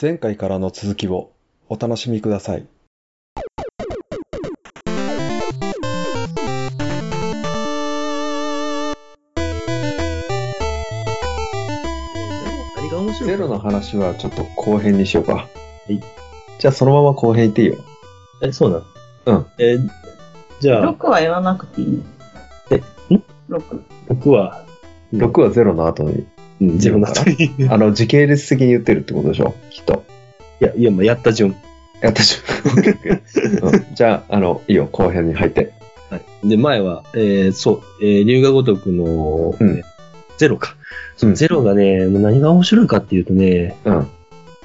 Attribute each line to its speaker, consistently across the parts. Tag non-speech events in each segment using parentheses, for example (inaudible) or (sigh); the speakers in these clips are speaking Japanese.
Speaker 1: 前回からの続きをお楽しみください。
Speaker 2: 何が面白い。
Speaker 1: ゼロの話はちょっと後編にしようか。はいじゃあそのまま後編行っていいよ。
Speaker 2: え、そうなの
Speaker 1: うん。
Speaker 2: えーじゃあ、
Speaker 3: 6は言わなくていいの
Speaker 2: えん
Speaker 3: ?6。
Speaker 2: 僕は、
Speaker 1: 6は0の後に。
Speaker 2: うん自分の後に。い
Speaker 1: あの、時系列的に言ってるってことでしょきっと。
Speaker 2: や、いや、まあやった順。
Speaker 1: やったしょ、うんじゃあ、あの、いいよ、後編に入って。
Speaker 2: はい。で、前は、えーそう、えー龍河如くの、
Speaker 1: うん
Speaker 2: えーゼロか。
Speaker 1: うん
Speaker 2: ゼロがね、もう何が面白いかっていうとね、
Speaker 1: うん。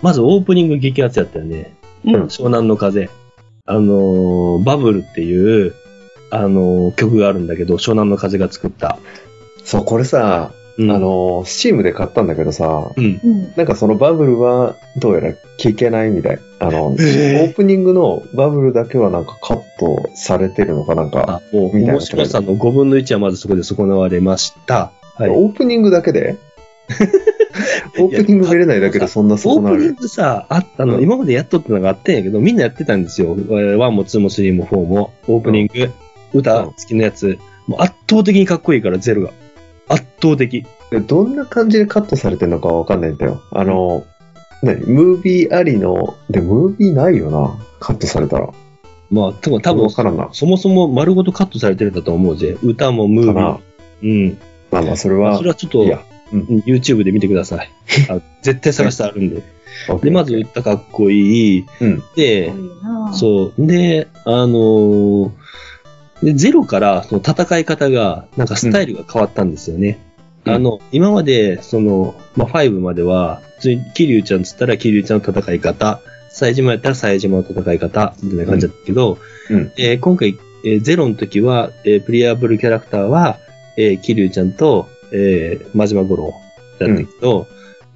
Speaker 2: まずオープニング激アツやったよね。
Speaker 3: うん
Speaker 2: 湘南の風。あのーバブルっていう、あのー曲があるんだけど、湘南の風が作った。
Speaker 1: そう、これさ、
Speaker 2: うん
Speaker 1: あ、の、スチームで買ったんだけどさ、
Speaker 2: うん。
Speaker 3: うん。
Speaker 1: なんかそのバブルはどうやら聞けないみたい。あの、
Speaker 2: へー
Speaker 1: オープニングのバブルだけはなんかカットされてるのかなんか、
Speaker 2: あもう、
Speaker 1: みたいな
Speaker 2: 面白さの5分の1はまずそこで損なわれました。はい。
Speaker 1: オープニングだけ
Speaker 2: (laughs)
Speaker 1: でオープニング見れないだけでそんな
Speaker 2: オ
Speaker 1: 損な
Speaker 2: ープニン
Speaker 1: る。
Speaker 2: グさ、あったの、
Speaker 1: うん
Speaker 2: 今までやっとったのがあってんやけど、みんなやってたんですよ。えー1も2も3も4も、オープニング、歌付きのやつ。もう圧倒的にかっこいいから、ゼロが。圧倒的。
Speaker 1: でどんな感じでカットされてるのかわかんないんだよ。あの、何ムービーありの、で、ムービーないよな。カットされたら。
Speaker 2: まあ、多分、多分
Speaker 1: わからんな。
Speaker 2: そもそも丸ごとカットされてるんだと思うぜ。歌もム
Speaker 1: か
Speaker 2: ービー
Speaker 1: な
Speaker 2: も。。うん。
Speaker 1: まあまあ、それ
Speaker 2: まあ
Speaker 1: は
Speaker 2: それ、はちょっと、
Speaker 1: いやう
Speaker 2: うんん YouTube で見てください。
Speaker 1: (laughs)
Speaker 2: あ絶対探してあるんで。で、まず、歌かっこいい。
Speaker 1: うん。
Speaker 2: で、
Speaker 3: 多いなう。
Speaker 2: そう。で、あのーでゼロからその戦い方が、なんかスタイルが変わったんですよね。
Speaker 1: うん
Speaker 2: あの、今まで、その、まあ、5までは、普通に、桐生ちゃんっつったら桐生ちゃんの戦い方、冴島やったら冴島の戦い方、みたいな感じだったけど、
Speaker 1: うん。
Speaker 2: えー今回、えーゼロの時は、えープレイアブルキャラクターは、えー、桐生ちゃんと、えー、真島五郎だったけど、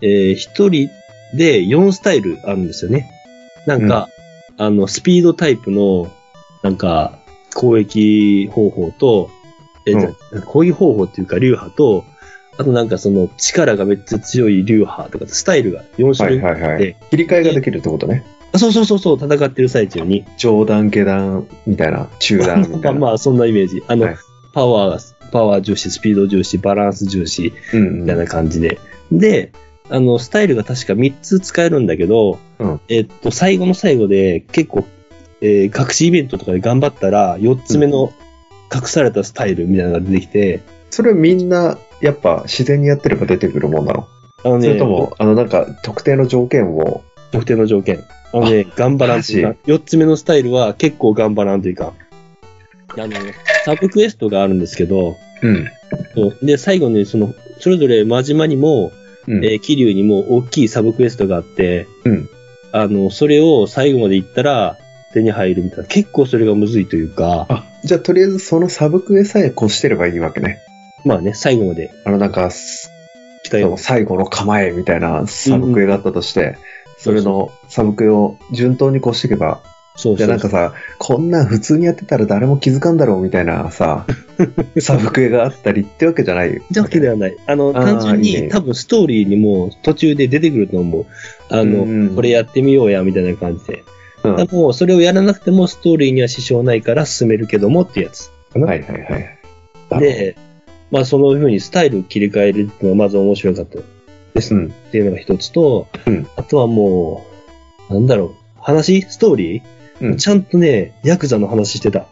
Speaker 2: えー一人で4スタイルあるんですよね。なんか、あの、スピードタイプの、なんか、攻撃方法と、えー攻撃方法っていうか、流派と、あとなんかその、力がめっちゃ強い流派とか、スタイルが4種
Speaker 1: は
Speaker 2: 類。
Speaker 1: いはいは
Speaker 2: で
Speaker 1: い。切り替えができるってことね。
Speaker 2: あそうそうそうそう、戦ってる最中に。
Speaker 1: 上段、下段、みたいな。中段、み
Speaker 2: (laughs) ま
Speaker 1: た
Speaker 2: あ
Speaker 1: いな。
Speaker 2: まあ、そんなイメージ。あの、
Speaker 1: はい
Speaker 2: パワー、パワー重視、スピード重視、バランス重視、
Speaker 1: うん
Speaker 2: みたいな感じで。で、あの、スタイルが確か3つ使えるんだけど、
Speaker 1: うん
Speaker 2: えっと、最後の最後で結構、えー、隠しイベントとかで頑張ったら、4つ目の隠されたスタイルみたいなのが出てきて、
Speaker 1: それみんな、やっぱ自然にやってれば出てくるもんなの
Speaker 2: あの
Speaker 1: そ
Speaker 2: ね、
Speaker 1: れとも、あの、なんか、特定の条件を、
Speaker 2: 特定の条件。あのね、頑張らんといかん
Speaker 1: マ
Speaker 2: 4つ目のスタイルは結構頑張らんといかん。あの、サブクエストがあるんですけど、
Speaker 1: うん。
Speaker 2: そうで、最後にその、それぞれ真島にも、
Speaker 1: うん
Speaker 2: えー、桐生にも大きいサブクエストがあって、
Speaker 1: うん
Speaker 2: あの、それを最後まで行ったら手に入るみたいな。結構それがむずいというか、
Speaker 1: あ、じゃあとりあえずそのサブクエさえ越してればいいわけね。
Speaker 2: まあね、最後まで
Speaker 1: あのなんか、す
Speaker 2: 来た
Speaker 1: そ
Speaker 2: よ
Speaker 1: の。最後の構えみたいなサブクエがあったとして、それのサブクエを順当に越していけば、
Speaker 2: そう
Speaker 1: じ
Speaker 2: そ
Speaker 1: ゃあな
Speaker 2: うん
Speaker 1: か
Speaker 2: そう。
Speaker 1: さ、こんなん普通にやってたら誰も気づかんだろうみたいな
Speaker 2: (laughs)
Speaker 1: さ、サブクエがあったりってわけじゃない。
Speaker 2: だけではない。あの、
Speaker 1: あー
Speaker 2: 単純に
Speaker 1: いいね
Speaker 2: 多分ストーリーにも途中で出てくると思う。あの、
Speaker 1: うん
Speaker 2: これやってみようや、みたいな感じで。
Speaker 1: うん
Speaker 2: でも、それをやらなくてもストーリーには支障ないから進めるけどもってやつ。
Speaker 1: はいはいはい。なる
Speaker 2: で、まあ、そのふうにスタイル切り替えるっていうのがまず面白かった。です
Speaker 1: ほど、うん。
Speaker 2: っていうのが一つと、
Speaker 1: うん
Speaker 2: あとはもう、なんだろう、話ストーリー、
Speaker 1: うん
Speaker 2: ちゃんとね、ヤクザの話してた。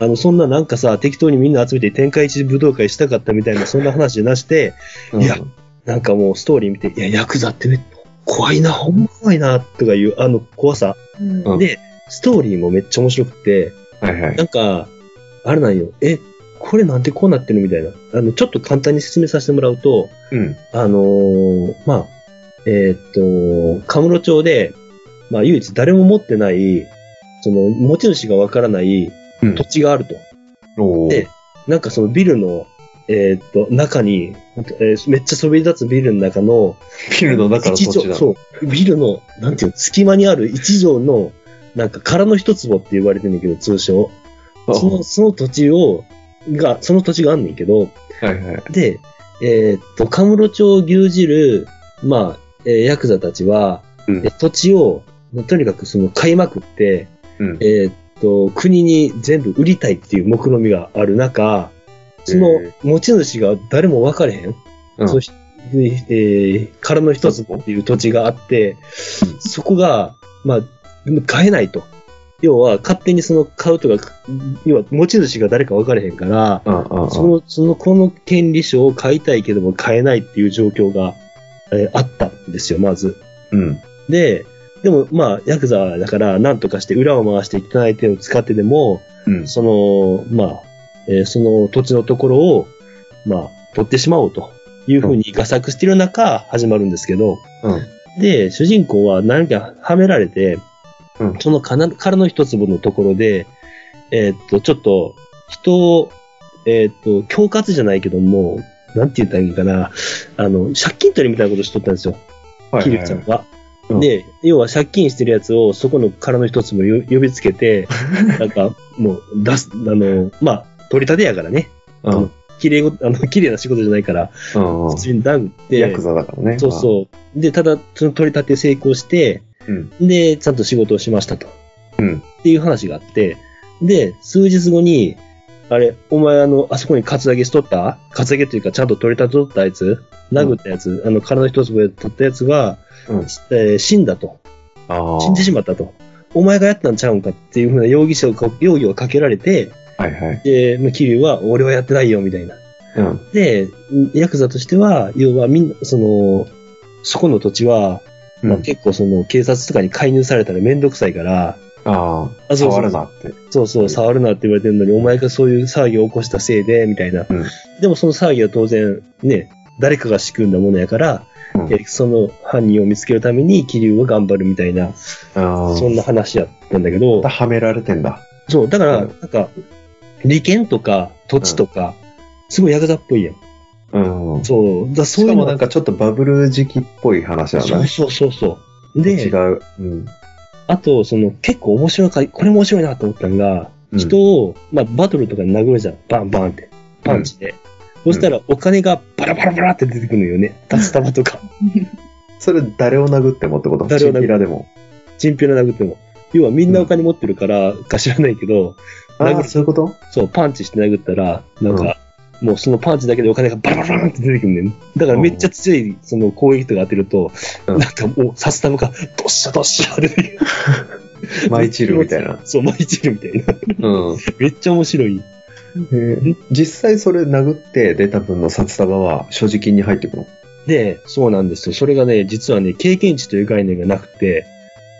Speaker 2: あの、そんななんかさ、適当にみんな集めて天下一武道会したかったみたいな、そんな話じゃなして、いやなんかもうストーリー見て、いや、ヤクザってめ怖いな、ほんま怖いな、とかいう、あの怖さ。
Speaker 3: うん
Speaker 1: うん
Speaker 2: で、ストーリーもめっちゃ面白くて、
Speaker 1: はいはい
Speaker 2: な。んか、あれなんよ、え、これなんでこうなってるみたいな。あの、ちょっと簡単に説明させてもらうと、
Speaker 1: うん。
Speaker 2: あのーまあ、えーっと、カムロ町で、まあ、唯一誰も持ってない、その、持ち主がわからない
Speaker 1: うん
Speaker 2: 土地があると。
Speaker 1: おー
Speaker 2: でなんかそのビルの、えーっと、中に、なんかえーめっちゃそびえ立つビルの中の、
Speaker 1: ビルの中の
Speaker 2: 一
Speaker 1: 土地
Speaker 2: 畳、
Speaker 1: だ。
Speaker 2: そう、ビルの、なんていうの、隙間にある一畳の、なんか空の一坪って言われてんだけど、通称。その、その土地を、が、その土地があんねんけど、
Speaker 1: はいはい。
Speaker 2: で、えーっと、カムロ町を牛耳る、まあ、えーヤクザたちは、
Speaker 1: うん
Speaker 2: で土地を、まあとにかくその買いまくって、
Speaker 1: うん
Speaker 2: えーっと、国に全部売りたいっていう目論みがある中、その
Speaker 1: え
Speaker 2: 持ち主が誰も分かれへん。
Speaker 1: うん
Speaker 2: そして、えーからの一つっていう土地があって、
Speaker 1: うん
Speaker 2: そこが、まあ、買えないと。要は、勝手にその買うとか、要は持ち主が誰か分かれへんから、
Speaker 1: うんうんうん
Speaker 2: その、その、この権利書を買いたいけども買えないっていう状況が、えーあったんですよ、まず。
Speaker 1: うん
Speaker 2: で、でも、まあ、ヤクザだから、なんとかして裏を回して汚い手を使ってでも、
Speaker 1: うん
Speaker 2: その、まあ、えーその土地のところを、まあ、取ってしまおうというふうに画策している中、始まるんですけど、
Speaker 1: うん
Speaker 2: で、主人公は何かはめられて、
Speaker 1: うん
Speaker 2: そのかな殻の一粒のところで、えーっと、ちょっと、人を、えーっと、恐喝じゃないけども、なんて言ったらいいかな、あの、借金取りみたいなことしとったんですよ。
Speaker 1: はい
Speaker 2: キ
Speaker 1: はい
Speaker 2: リ
Speaker 1: は
Speaker 2: ュ
Speaker 1: い
Speaker 2: ちゃんが
Speaker 1: う。ん
Speaker 2: で、要は借金してるやつをそこの殻の一つも呼びつ
Speaker 1: (laughs)
Speaker 2: けて、なんかもう出す、あの、まあ、取り立てやからね。
Speaker 1: うんうん
Speaker 2: 綺麗ご、あの、綺麗な仕事じゃないから、
Speaker 1: うんうん
Speaker 2: 普通にダウンって。
Speaker 1: ヤクザだからね
Speaker 2: そうそう。で、ただ、その取り立て成功して、
Speaker 1: うん
Speaker 2: で、ちゃんと仕事をしましたと。
Speaker 1: うん
Speaker 2: っていう話があって、で、数日後に、あれ、お前あの、あそこにカツアゲしとったカツアゲというか、ちゃんと取り立てとったやつ殴ったやつ、あの、体一つ分で取ったやつが、
Speaker 1: うん
Speaker 2: えー死んだと。
Speaker 1: あー
Speaker 2: 死んでしまったと。お前がやったんちゃうんかっていうふうな容疑者をか、容疑をかけられて、
Speaker 1: はいはい
Speaker 2: で、まあ桐生は、俺はやってないよ、みたいな。
Speaker 1: うん
Speaker 2: で、ヤクザとしては、要はみんな、その、そこの土地は、
Speaker 1: うん
Speaker 2: まあ、結構その警察とかに介入されたらめんどくさいから、
Speaker 1: あ
Speaker 2: あ
Speaker 1: あ
Speaker 2: そうそう
Speaker 1: 触るなって
Speaker 2: そうそう、触るなって言われてるのに、お前がそういう騒ぎを起こしたせいで、みたいな。
Speaker 1: うん
Speaker 2: でもその騒ぎは当然、ね、誰かが仕組んだものやから、
Speaker 1: うん
Speaker 2: えその犯人を見つけるために桐生は頑張るみたいな、
Speaker 1: あ
Speaker 2: そんな話やったんだけど
Speaker 1: あ、はめられてんだ
Speaker 2: そう、だから、
Speaker 1: う
Speaker 2: なん
Speaker 1: ん
Speaker 2: か、利権とか土地とか、すごいヤクザっぽいやん。
Speaker 1: うん
Speaker 2: そう、だからそ
Speaker 1: し
Speaker 2: うい
Speaker 1: か
Speaker 2: う
Speaker 1: も
Speaker 2: の
Speaker 1: なんかちょっとバブル時期っぽい話なんだ
Speaker 2: そう
Speaker 1: ね
Speaker 2: そうそうそう。で、
Speaker 1: 違ううん
Speaker 2: あと、その、結構面白いか、これも面白いなと思ったのが、
Speaker 1: うん
Speaker 2: 人を、まあ、バトルとかに殴るじゃん。バンバンって。パンチで。そしたら、お金がバラバラバラって出てくるのよね。タスタバとか、
Speaker 1: それ誰を殴ってもってこと
Speaker 2: 誰を殴
Speaker 1: チンピ
Speaker 2: っても
Speaker 1: ラでも
Speaker 2: チンピラ殴っても。要は、みんなお金持ってるからか知らないけど、
Speaker 1: あ
Speaker 2: 殴
Speaker 1: あ
Speaker 2: る
Speaker 1: そういう (laughs) こと
Speaker 2: そう、パンチして殴ったら、なんか、もうそのパンチだけでお金がバラバラバラって出てくるねん。だからめっちゃ強い、その攻撃とか当てると、
Speaker 1: うん
Speaker 2: なんかもう、サスタバが、どっしゃどっしゃ出てくる。
Speaker 1: マイチルみたいな
Speaker 2: そう、マイチルみたいな。
Speaker 1: うん
Speaker 2: めっちゃ面白い。
Speaker 1: へえ実際それ殴って出た分の札束は所持金に入ってくの
Speaker 2: で、そうなんですよ。それがね、実はね、経験値という概念がなくて、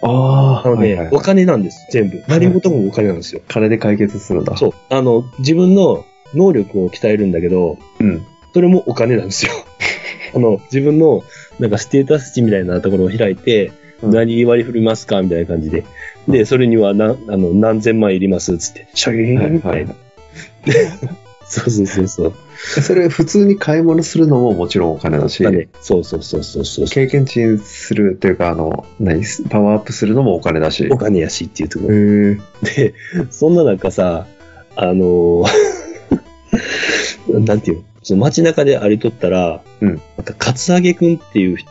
Speaker 1: あ
Speaker 2: あの
Speaker 1: は
Speaker 2: ね、
Speaker 1: いはい
Speaker 2: お金なんです、全部。何事もお金なんですよ。
Speaker 1: 金で解決するんだ
Speaker 2: そう。あの、自分の能力を鍛えるんだけど、
Speaker 1: うん
Speaker 2: それもお金な
Speaker 1: (laughs)
Speaker 2: んですよ。あの、自分の、なんかステータス値みたいなところを開いて、
Speaker 1: うん
Speaker 2: 何割り振りますかみたいな感じで。で、それにはな、あの、何千万いりますつって。シャギ
Speaker 1: は
Speaker 2: ーン
Speaker 1: い
Speaker 2: み
Speaker 1: は
Speaker 2: た
Speaker 1: い
Speaker 2: い
Speaker 1: は。
Speaker 2: ないそうそうそうそう。
Speaker 1: (laughs) それ普通に買い物するのももちろんお金だし
Speaker 2: だねそうそうそうそうそう。
Speaker 1: 経験値するというかあの何パワーアップするのもお金だしへ
Speaker 2: お金やしっていうところ。
Speaker 1: え
Speaker 2: で、そんな中さ、あのー (laughs) なんていうの、その街中で歩いとったら、
Speaker 1: うん
Speaker 2: なんか、カツアゲくんっていう人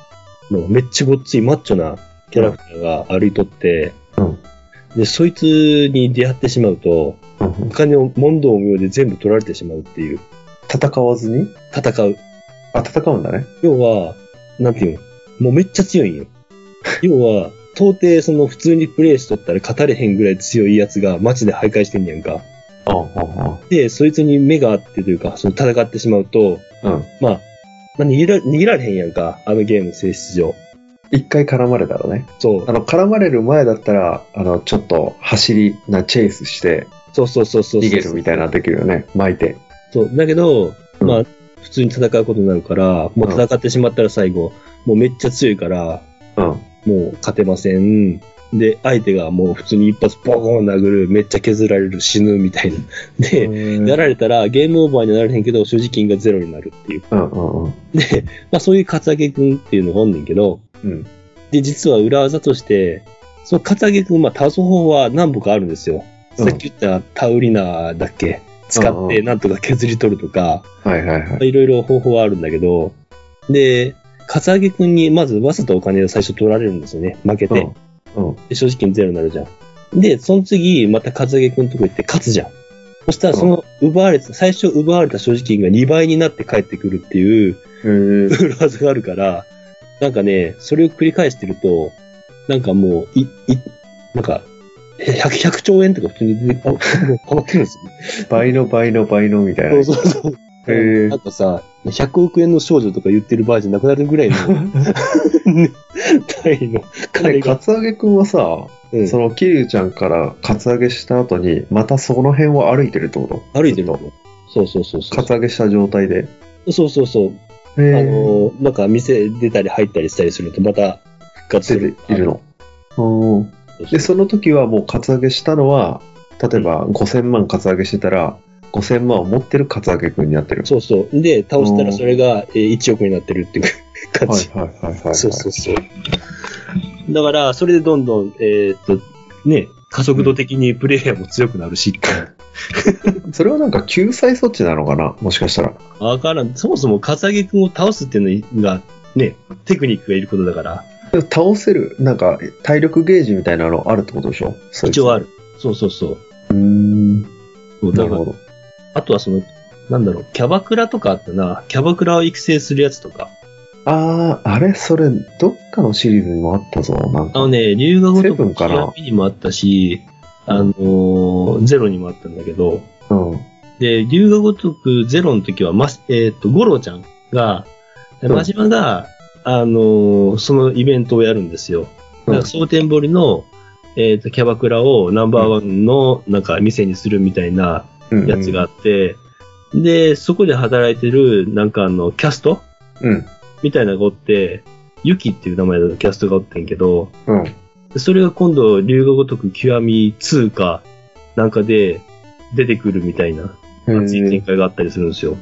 Speaker 2: のめっちゃごっついマッチョなキャラクターが歩いとって、
Speaker 1: うん
Speaker 2: で、そいつに出会ってしまうと、お金を問答無用で全部取られてしまうっていう、
Speaker 1: 戦わずに
Speaker 2: 戦う。
Speaker 1: あ戦うんだね
Speaker 2: 要は、なんていうの、もうめっちゃ強いんよ。要は、到底その普通にプレイしとったら勝たれへんぐらい強いやつが街で徘徊してんねやんか。
Speaker 1: ああ
Speaker 2: で、そいつに目があってというか、その戦ってしまうと、
Speaker 1: あうん
Speaker 2: まあ、まあ逃げら逃げられへんやんか、あのゲーム性質上。
Speaker 1: 一回絡まれたらね
Speaker 2: そう
Speaker 1: あ、の絡まれる前だったらあのちょっと走りなチェイスして
Speaker 2: そうそうそうそうそ
Speaker 1: 逃
Speaker 2: う。
Speaker 1: げるみたいなできるよね巻いて
Speaker 2: そう、だけど、
Speaker 1: うん
Speaker 2: まあ、普通に戦うことになるから、もう戦ってしまったら最後、もうめっちゃ強いから、
Speaker 1: うん
Speaker 2: もう勝てません。で、相手がもう普通に一発ボーン殴る、めっちゃ削られる、死ぬみたいな。で、やられたらゲームオーバーにはならへんけど、所持金がゼロになるっていう。
Speaker 1: うんうんうん
Speaker 2: で、まあそういうカツアゲ君っていうのがおんねんけど、
Speaker 1: うん
Speaker 2: で、実は裏技として、そのカツアゲ君、まあ、倒す方法は何本かあるんですよ。
Speaker 1: うん
Speaker 2: さっき言ったタウリナだっけ使
Speaker 1: うん
Speaker 2: っ
Speaker 1: う
Speaker 2: て
Speaker 1: ん
Speaker 2: なんとか削り取るとか、
Speaker 1: はいはいはい
Speaker 2: いろいろ方法はあるんだけど、で、カツアゲくんにまずわざとお金を最初取られるんですよね。負けて。
Speaker 1: うん。うん。
Speaker 2: で正直にゼロになるじゃん。で、その次、またカツアゲくんとこ行って勝つじゃん。そしたら、その奪われた、最初奪われた所持金が2倍になって帰ってくるってい
Speaker 1: へ
Speaker 2: う、
Speaker 1: え。
Speaker 2: 裏技があるから、なんかね、それを繰り返してると、なんかもう、い、い、なんか、え100、100兆円とか普通に出てこ変わってるんです
Speaker 1: (laughs)
Speaker 2: よね。
Speaker 1: 倍の倍の倍のみたいな。
Speaker 2: そうそうそう。
Speaker 1: へえ
Speaker 2: なんかさ、100億円の少女とか言ってる場合じゃなくなるぐら
Speaker 1: (laughs)
Speaker 2: いの、ね、単位の金
Speaker 1: で、カ。
Speaker 2: が
Speaker 1: ツアゲくんはさ、
Speaker 2: うん
Speaker 1: その、キリュウちゃんからカツアゲした後に、またその辺を歩いてるってこと
Speaker 2: 歩いてる
Speaker 1: ず
Speaker 2: の
Speaker 1: っと。
Speaker 2: そうそうそうそ
Speaker 1: カツアゲした状態で。
Speaker 2: う。そうそうそう。
Speaker 1: へ
Speaker 2: あ
Speaker 1: え
Speaker 2: の、なんか店出たり入ったりしたりすると、また復活す
Speaker 1: 出
Speaker 2: る。
Speaker 1: ているの。うん。
Speaker 2: そうそう。
Speaker 1: で、その時はもうカツアゲしたのは、例えば5000万カツアゲしてたら、5000万を持ってるカツアゲ君になってる。
Speaker 2: そうそう。で、倒した
Speaker 1: う
Speaker 2: ら
Speaker 1: ん
Speaker 2: それがえー1億になってるっていう (laughs) 感
Speaker 1: はい
Speaker 2: じ。
Speaker 1: はいはいはいはい。
Speaker 2: そうそうそう。だから、それでどんどん、えーっと、ね、加速度的にプレイヤーも強くなるし、
Speaker 1: それはなんか救済措置なのかなもしかしたら。
Speaker 2: わからん。そもそも、カツアゲ君を倒すっていうのが、ね、テクニックがいることだから、
Speaker 1: でも倒せる、なんか体力ゲージみたいなのあるってことでしょ
Speaker 2: 一応あ
Speaker 1: る。
Speaker 2: る。そうそうそう。
Speaker 1: うーん。
Speaker 2: そう
Speaker 1: な
Speaker 2: だ
Speaker 1: る
Speaker 2: から
Speaker 1: ほど。
Speaker 2: あとはその、なんだろう、キャバクラとかあったな。キャバクラを育成するやつとか。
Speaker 1: あー、あれそれ、どっかのシリーズにもあったぞ。なん
Speaker 2: あ
Speaker 1: か。
Speaker 2: のね、留学
Speaker 1: セ
Speaker 2: ご
Speaker 1: ブ
Speaker 2: と
Speaker 1: ン
Speaker 2: く
Speaker 1: かな
Speaker 2: PRP にもあったし、あのーゼロにもあったんだけど、
Speaker 1: うん。
Speaker 2: で、龍が如くゼロの時は、ま、えっ、と、五郎ちゃんが、
Speaker 1: うん
Speaker 2: 真島が、あのーそのイベントをやるんですよ。
Speaker 1: うん
Speaker 2: だから蒼天堀の、えっ、と、キャバクラをナンバーワンの、なんか、店にするみたいな
Speaker 1: うん
Speaker 2: やつがあ。って、で、そこで働いてる、なんかあの、キャスト
Speaker 1: うん。
Speaker 2: みたいなのがおって、ユキっていう名前のキャストがおってんけど、
Speaker 1: うん。
Speaker 2: でそれが今度、龍が如く極み2か、なんかで、出てくるみたいな、熱い展
Speaker 1: へ
Speaker 2: 開があったりするんですよ。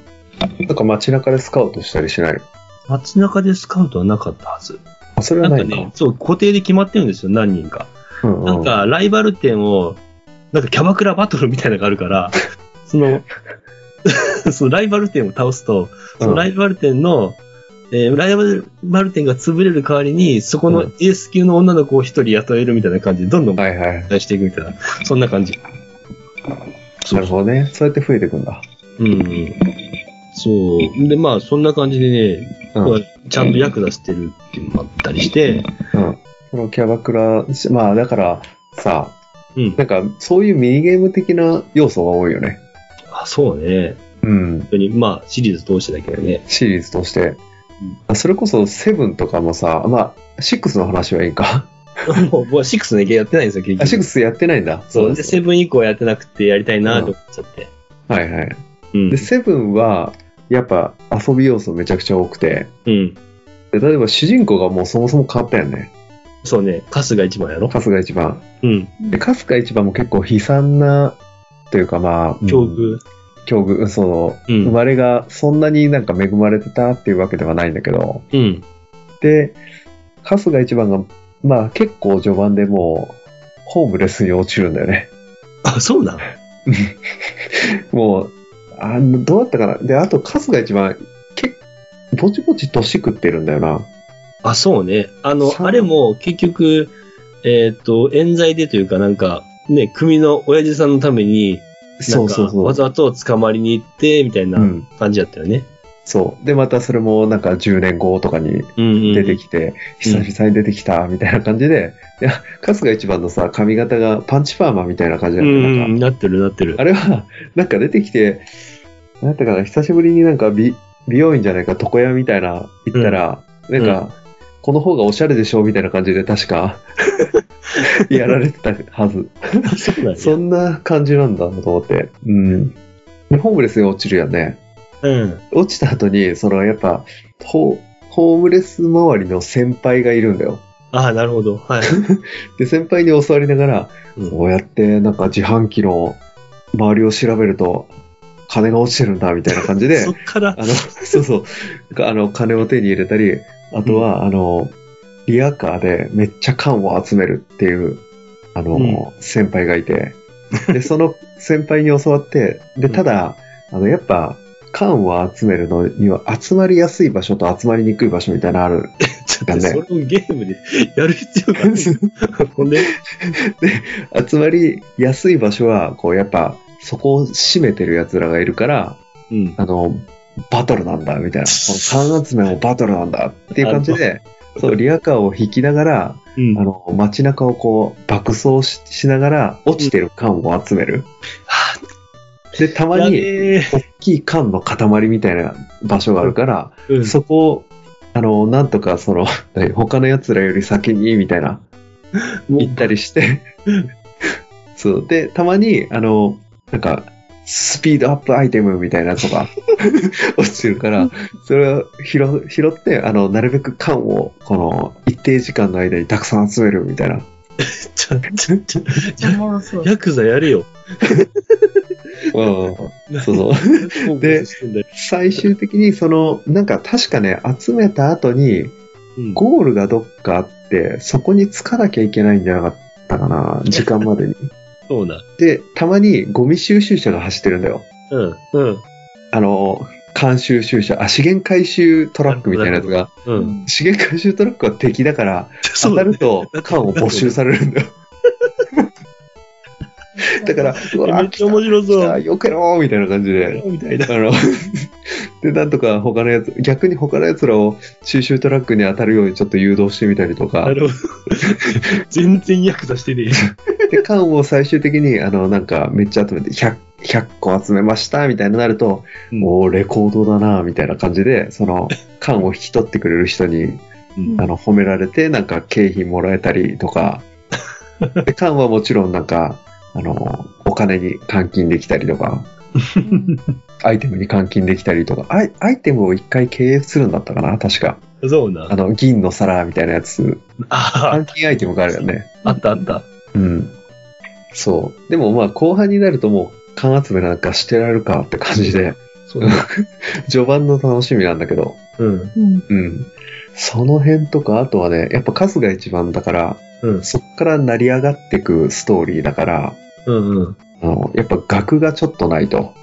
Speaker 1: ーなんか街中でスカウトしたりしない
Speaker 2: 街中でスカウトはなかったはず。
Speaker 1: あ、それ
Speaker 2: な
Speaker 1: は
Speaker 2: ん
Speaker 1: な
Speaker 2: か
Speaker 1: いか。
Speaker 2: ね、そう、固定で決まってるんですよ、何人か。
Speaker 1: うんうん
Speaker 2: なんか、ライバル店を、なんかキャバクラバトルみたいなのがあ
Speaker 1: (laughs)
Speaker 2: るから、その、 (laughs) そのライバル店を倒すと、そのライバル店の、えーライバル店が潰れる代わりに、そこの
Speaker 1: う
Speaker 2: エ
Speaker 1: ん
Speaker 2: ース級の女の子を一人雇えるみたいな感じで、どんどん
Speaker 1: はいはい。
Speaker 2: 出していくみたいな、そんな感じ。
Speaker 1: なるほどね。そうやって増えていくんだ。
Speaker 2: うん。そう。で、まあ、そんな感じでね、
Speaker 1: うん。うん。
Speaker 2: ちゃんと役立してるっていうのもあったりして、
Speaker 1: そのキャバクラ、まあだからさ、
Speaker 2: うん。
Speaker 1: なんかそういうミニゲーム的な要素が多いよね。
Speaker 2: あそうね。
Speaker 1: うん
Speaker 2: 本。当に、まあ、シリーズ通してだけどね。
Speaker 1: シリーズとして。あそれこそセブンとかもさ、まあ、シックスの話はいいか。
Speaker 2: もう、僕は6ね、やってないんですよ、
Speaker 1: あ、
Speaker 2: 結
Speaker 1: シック
Speaker 2: 局。
Speaker 1: スやってないんだ。
Speaker 2: そう。で、
Speaker 1: です
Speaker 2: セブン以降やってなくてやりたいなと思っちゃって。
Speaker 1: はいはい。
Speaker 2: うん
Speaker 1: で、。セブンは、やっぱ遊び要素めちゃくちゃ多くて、
Speaker 2: うん。
Speaker 1: で例えば主人公がもうそもそも変わったよね。
Speaker 2: そうね、カスが一番やろ。
Speaker 1: 春日一番。
Speaker 2: うん。
Speaker 1: で、春日一番も結構悲惨な、というかまあ、
Speaker 2: 境
Speaker 1: うん。
Speaker 2: 遇。
Speaker 1: 境遇、その、
Speaker 2: うん
Speaker 1: 生まれがそんなになんか恵まれてたっていうわけではないんだけど、
Speaker 2: うん。
Speaker 1: で、春日一番が、まあ結構序盤でもう、ホームレスに落ちるんだよね。 (laughs)
Speaker 2: あ、そうなん
Speaker 1: もう、あの、どうだったかな。で、あと春日一番、けぼちぼち年食ってるんだよな。
Speaker 2: あ、そうね。あの、
Speaker 1: そう。
Speaker 2: あれも、結局、えっと、冤罪でというかなんか、ね、組の親父さんのために、なんか、わざと捕まりに行って、みたいうなん感じだったよね。
Speaker 1: そう。で、またそれもなんか10年後とかに
Speaker 2: うんうん。
Speaker 1: 出てきて、
Speaker 2: うん
Speaker 1: 久々に出てきた、みたいな感じで、いや、春日一番のさ、髪型がパンチパーマみたいな感じだ
Speaker 2: う
Speaker 1: ったよなん
Speaker 2: ん
Speaker 1: か
Speaker 2: うん、なってるなってる
Speaker 1: あ。れは、なんか出てきて、なんていうかな、久しぶりになんか美美容院じゃないか、床屋みたいな、行ったら、なんか、この方がおしゃれでしょみたいな感じで確か、やられてたはず。
Speaker 2: そうだね。
Speaker 1: そんな感じなんだと思って。うん。で、ホームレスに落ちるよね。
Speaker 2: うん。
Speaker 1: 落ちた後に、そのやっぱ、ホホームレス周りの先輩がいるんだよ。
Speaker 2: ああ、なるほ
Speaker 1: (laughs)
Speaker 2: ど。はい。
Speaker 1: で、先輩に教わりながら、
Speaker 2: うん
Speaker 1: こうやってなんか自販機の周りを調べると金が落ちてるんだみたいな感じで
Speaker 2: そっから
Speaker 1: (laughs) あ、のそうそうなんかあの金を手に入れたりあとは、あのリアカーでめっちゃ缶を集めるっていうあの、
Speaker 2: う
Speaker 1: 先輩がいてでその先輩に教わってでただ、あのやっぱ缶を集めるのには集まりやすい場所と集まりにくい場所みたいなのある。 (laughs)
Speaker 2: ちょっとそれをゲームでやる必要があるんですよ
Speaker 1: (laughs)
Speaker 2: ほんで、
Speaker 1: 集まりやすい場所は、こうやっぱそこを占めてる奴らがいるから、
Speaker 2: うん。
Speaker 1: あの、バトルなんだ、みたいな。この缶集めもバトルなんだっていう感じで、 (laughs) そう、リアカーを引きながら、
Speaker 2: うん
Speaker 1: あの、街中をこう、爆走ししながら、落ちてる缶を集める。
Speaker 2: は
Speaker 1: で、た
Speaker 2: あ
Speaker 1: ま
Speaker 2: や
Speaker 1: に、
Speaker 2: べえ
Speaker 1: 大きい缶の塊みたいな場所があるから、
Speaker 2: うん
Speaker 1: そこを、あの、なんとか、その、 (laughs) 何他の奴らより先に、みたいな、
Speaker 2: (laughs) もう
Speaker 1: 行ったりして、 (laughs) そう。で、たまに、あの、なんか、スピードアップアイテムみたいなのとか、
Speaker 2: (laughs)
Speaker 1: 落ちてるから、それを拾拾って、あの、なるべく缶を、この、一定時間の間にたくさん集めるみたいな。
Speaker 2: ちょ、ちょ、ちょ、
Speaker 3: ちゃおも
Speaker 2: (laughs)
Speaker 3: ろそう。
Speaker 2: ヤクザやれよ。
Speaker 1: うん。そう
Speaker 2: (laughs)
Speaker 1: そう。
Speaker 2: で
Speaker 1: で、最終的にそのなんか確かね集めた後に
Speaker 2: うん
Speaker 1: ゴールがどっかあってそこに着かなきゃいけないんじゃなかったかな時間まで
Speaker 2: (laughs)
Speaker 1: に
Speaker 2: そうな。
Speaker 1: でたまにゴミ収集車が走ってるんだよ
Speaker 2: うん、うん、
Speaker 1: あの監修収集車あ資源回収トラックみたいなやつが
Speaker 2: う。
Speaker 3: うんん
Speaker 1: 資源回収トラックは敵だから
Speaker 2: そ
Speaker 1: 当
Speaker 2: う
Speaker 1: た
Speaker 2: だね
Speaker 1: ると缶を没収される
Speaker 2: (laughs)
Speaker 1: んだよだからうわ
Speaker 2: めっ
Speaker 1: 来
Speaker 2: ちゃ面白
Speaker 1: た来
Speaker 2: そ
Speaker 1: た
Speaker 2: う。
Speaker 1: よけろーみたいな感じで
Speaker 2: みたいな。
Speaker 1: あの (laughs) で、なんとか他のやつ、逆に他のやつらを収集トラックに当たるようにちょっと誘導してみたりと
Speaker 2: あ
Speaker 1: か、
Speaker 2: の、
Speaker 1: (laughs)
Speaker 2: 全然ヤクザしてねえ。
Speaker 1: で、缶を最終的に、あの、なんかめっちゃ集めて、100、100個集めました、みたいになると、もうレコードだな、みたいな感じで、その、缶を引き取ってくれる人に、
Speaker 2: うん
Speaker 1: あの、褒められて、なんか景品もらえたりとか、で、缶はもちろんなんか、あの、お金に換金できたりとか、アイテムに換金できたりとか、アイアイテムを一回経営するんだったかな、確か。
Speaker 2: そうな。
Speaker 1: あの、銀の皿みたいなやつ、
Speaker 2: あ
Speaker 1: 換金アイテムがあるよね。
Speaker 2: あ、あったあった。
Speaker 1: うん。そう。でもまあ、後半になるともう、缶集めなんかしてられるかって感じで、 (laughs)
Speaker 2: そうだ。
Speaker 1: 序盤の楽しみなんだけど、
Speaker 2: うん、
Speaker 3: うん。
Speaker 1: うん。その辺とか、あとはね、やっぱ数が一番だから、
Speaker 2: うん、
Speaker 1: そっから成り上がってくストーリーだから、
Speaker 2: うん、うん。
Speaker 1: あの、やっぱ額がちょっとないと。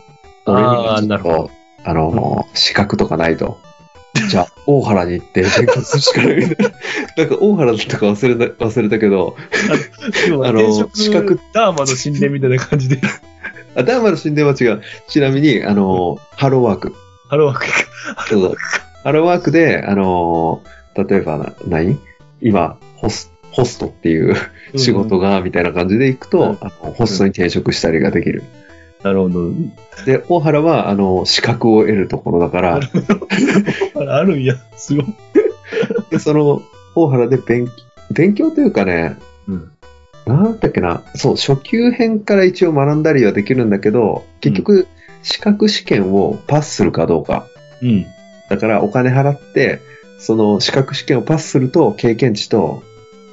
Speaker 2: あー
Speaker 1: 俺にはちょっと
Speaker 2: なるほど。
Speaker 1: あの、資格とかないと。じゃあ、大原に行って (laughs) 勉強するしかないみたい (laughs) な。なんか、大原とか忘れた、忘れたけど、あの資格
Speaker 2: ダーマの神殿みたいな感じで、
Speaker 1: あ、ダーマの神殿は違う。ちなみに、あの、ハローワーク。
Speaker 2: ハローワーク
Speaker 1: そうそうハローワークで、あの、例えばな、何今、ホスホストっていう
Speaker 2: が
Speaker 1: 仕事。が、みたいな感じで行くと、
Speaker 2: うん
Speaker 1: あのホストに転職したりができる。
Speaker 2: なるほど。
Speaker 1: で、大原は、あの、資格を得るところだから、
Speaker 2: あるんや、すごい。
Speaker 1: で、その、大原で勉勉強というかね、
Speaker 2: うん。
Speaker 1: なんだっけな、そう、初級編から一応学んだりはできるんだけど、結局、資格試験をパスするかどうか。
Speaker 2: うん。
Speaker 1: だから、お金払って、その資格試験をパスすると、経験値と、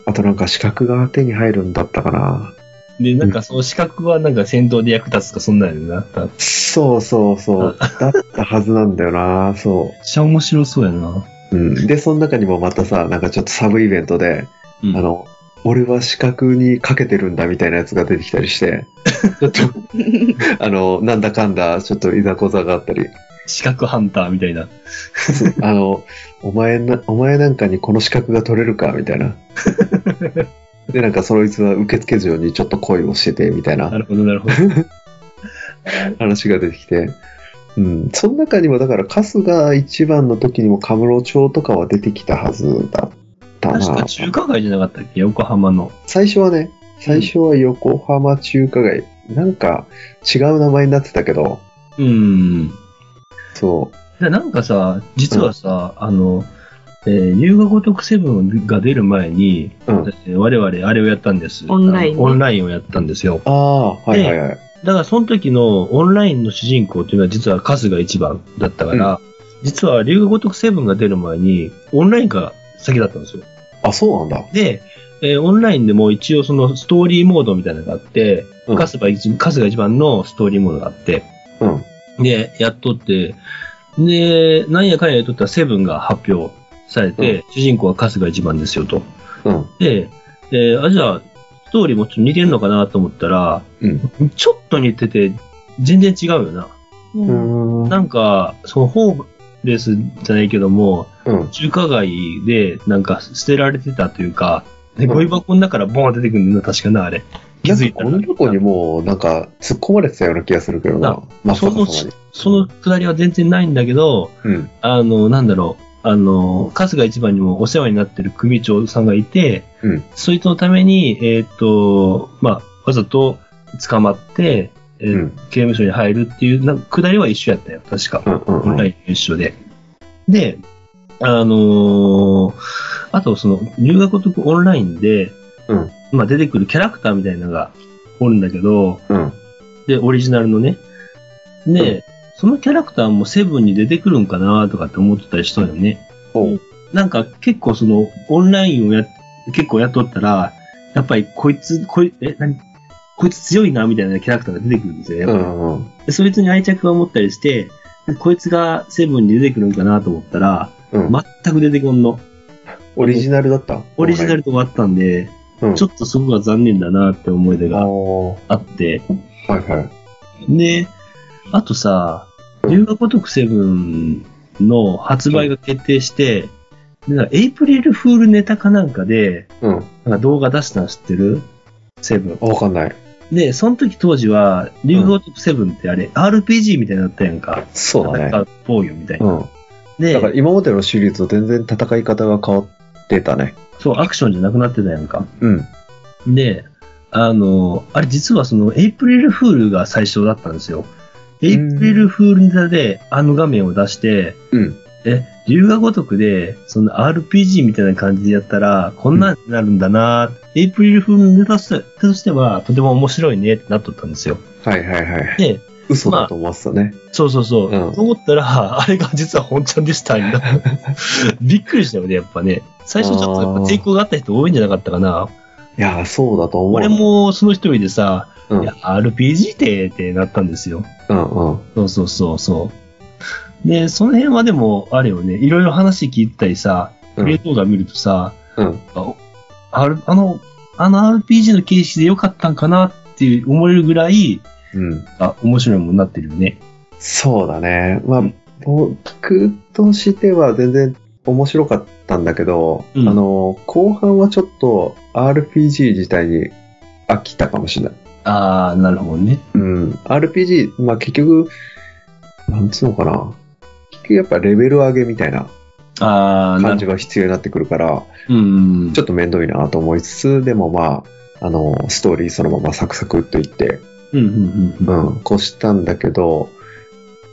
Speaker 1: あとなんか資格が手に入るんだったかな。
Speaker 2: で、なんかその資格はなんか戦闘で役立つとかそんなんやな。めっ
Speaker 1: そうそうそう。だったはずなんだよな、そ
Speaker 2: ちゃ面白そうやな。
Speaker 1: う。うん。で、その中にもまたさ、なんかちょっとサブイベントで、
Speaker 2: うん
Speaker 1: あの、俺は資格にかけてるんだみたいなやつが出てきたりして、ちょっと、あの、なんだかんだ、ちょっといざこざがあったり、
Speaker 2: 資格ハンターみたいな。
Speaker 1: あの、お前な、お前なんかにこの資格が取れるかみたい
Speaker 2: (laughs)
Speaker 1: な。で、なんかそいつは受付嬢にちょっと恋をしてて、みたい
Speaker 2: な
Speaker 1: な
Speaker 2: るほど、なる
Speaker 1: (laughs)
Speaker 2: ほど。
Speaker 1: 話が出てきて、うん、その中にもだから春日一番の時にもカムロ町とかは出てきたはずだったな。
Speaker 2: 確か中華街じゃなかったっけ横浜の。
Speaker 1: 最初はね、最初は横浜中華街、なんか違う名前になってたけど、
Speaker 2: うん。
Speaker 1: そ
Speaker 2: でなんかさ、実はさ、あの、えー、優雅ごとくセブンが出る前に、
Speaker 1: う、うん。
Speaker 2: えー我々あれをやったんです。
Speaker 3: オンラインね
Speaker 2: あのオンラインをやったんですよ。
Speaker 1: ああ、はいはいはい。
Speaker 2: だからその時のオンラインの主人公っていうのは実は春日一番だったから、実は龍河如くセブンが出る前に、オンラインが先だったんですよ。
Speaker 1: あ、そうなんだ。
Speaker 2: で、えーオンラインでも一応そのストーリーモードみたいなのがあって、
Speaker 1: うん
Speaker 2: 春日一春日一番のストーリーモードがあって、
Speaker 1: うん。
Speaker 2: で、やっとって、で、なんやかんややっとったらセブンが発表されて、主人公は春日一番ですよと。
Speaker 1: うん。
Speaker 2: で、えーあ、じゃあ、ストーリーもちょっと似てるのかなと思ったら、
Speaker 1: うん。
Speaker 2: ちょっと似てて、全然違うよな。
Speaker 3: う。
Speaker 1: うんん。
Speaker 2: なんか、そのホームレスじゃないけども、
Speaker 1: うん。
Speaker 2: 中華街でなんか捨てられてたというか、で、
Speaker 1: うん
Speaker 2: ゴミ箱の中からボンって出てくるんだよな、確かな、あれ。気づいた
Speaker 1: なんかゴミ箱にもう、なんか、突っ込まれてたような気がするけどな
Speaker 2: な。
Speaker 1: 真っ
Speaker 2: そ
Speaker 1: 逆
Speaker 2: の
Speaker 1: さまに。
Speaker 2: そのくだりは全然ないんだけど、
Speaker 1: うん。
Speaker 2: あの、なんだろう、あの、春日一番にもお世話になってる組長さんがいて、
Speaker 1: うん
Speaker 2: そいつのために、えーっと、まあ、わざと捕まって、えー
Speaker 1: うん
Speaker 2: 刑務所に入るっていう、なんかくだりは一緒やったよ、確か。
Speaker 1: うんうん
Speaker 2: オ
Speaker 1: う
Speaker 2: ン
Speaker 1: ん。
Speaker 2: ライン一緒で。で、あのーあとその入学とオンラインで、
Speaker 1: うん
Speaker 2: まあ出てくるキャラクターみたいなのがおるんだけど、
Speaker 1: うん。
Speaker 2: で、オリジナルのね。で、そのキャラクターもセブンに出てくるんかなとかって思ってたりしたのよね。
Speaker 1: おう
Speaker 2: なんか結構そのオンラインをや、結構やっとったら、やっぱりこいつ、こい、え、何こいつ強いなみたいなキャラクターが出てくるんですよ、やっ
Speaker 1: う
Speaker 2: ぱり
Speaker 1: んうん。
Speaker 2: でそいつに愛着を持ったりして、こいつがセブンに出てくるんかなと思ったら、
Speaker 1: うん。
Speaker 2: 全く出てこんの。
Speaker 1: オリジナルだった
Speaker 2: オリジナルと終わったんで、
Speaker 1: うん。
Speaker 2: ちょっとそこが残念だなって思い出
Speaker 1: あ
Speaker 2: が
Speaker 1: ー
Speaker 2: あって。
Speaker 1: はいはい。
Speaker 2: で、あとさ、龍が如くセブンの発売が決定して、でなんかエイプリルフールネタかなんかで、
Speaker 1: うん。
Speaker 2: なんか動画出したの知ってるセブン。
Speaker 1: あわかんない。
Speaker 2: で、その時当時は、龍が如くセブンってあれ、RPG みたいになったやんか。
Speaker 1: そうだ
Speaker 2: な
Speaker 1: ね。
Speaker 2: んか防御みたいな。
Speaker 1: うん。
Speaker 2: で
Speaker 1: だから今までのシリーズと全然戦い方が変わってたね。
Speaker 2: そう、アクションじゃなくなってたやんか。
Speaker 1: うん。
Speaker 2: で、あの、あれ実はその、エイプリルフールが最初だったんですよ。エイプリルフールネタで、あの画面を出して、
Speaker 1: うん。
Speaker 2: え、龍が如くで、その RPG みたいな感じでやったら、こんなんになるんだな、エイプリルフールネタとしてとしては、とても面白いねってなっとったんですよ。
Speaker 1: はいはいはい。
Speaker 2: で、
Speaker 1: 嘘だと思ってたね。
Speaker 2: そうそうそう。
Speaker 1: うん
Speaker 2: と思ったら、あれが実は本ちゃんでしたんだ。 (laughs) びっくりしたよね、やっぱね。最初ちょっとやっぱ抵抗があった人多いんじゃなかったかな。
Speaker 1: いやー、そうだと思う。
Speaker 2: 俺。もその一人でさ、
Speaker 1: うん
Speaker 2: いや RPG ってってなったんですよ。
Speaker 1: うんうん。
Speaker 2: そうそうそうそう。で、その辺はでも、あれよね、いろいろ話聞いたりさ、
Speaker 1: う
Speaker 2: プレイ
Speaker 1: ん。
Speaker 2: 動画見るとさ、
Speaker 1: うん。
Speaker 2: ああるあの、あの RPG の形式で良かったんかなっていう思えるぐらい、
Speaker 1: うん。
Speaker 2: あ、面白いものになってるよね。
Speaker 1: そうだね。まあ、僕としては全然面白かったんだけど、
Speaker 2: うん
Speaker 1: あの、後半はちょっと RPG 自体に飽きたかもしれない。
Speaker 2: あー、なるほどね。
Speaker 1: うん。RPG、まあ結局、なんつうのかな。結局やっぱレベル上げみたいな
Speaker 2: あー、な
Speaker 1: 感じ
Speaker 2: る
Speaker 1: が必要になってくるから、
Speaker 2: うん。
Speaker 1: ちょっと面倒いなと思いつつ、でもまあ、あの、ストーリーそのままサクサクっといって、
Speaker 2: うん、うん、うん。
Speaker 1: うん、こうしたんだけど、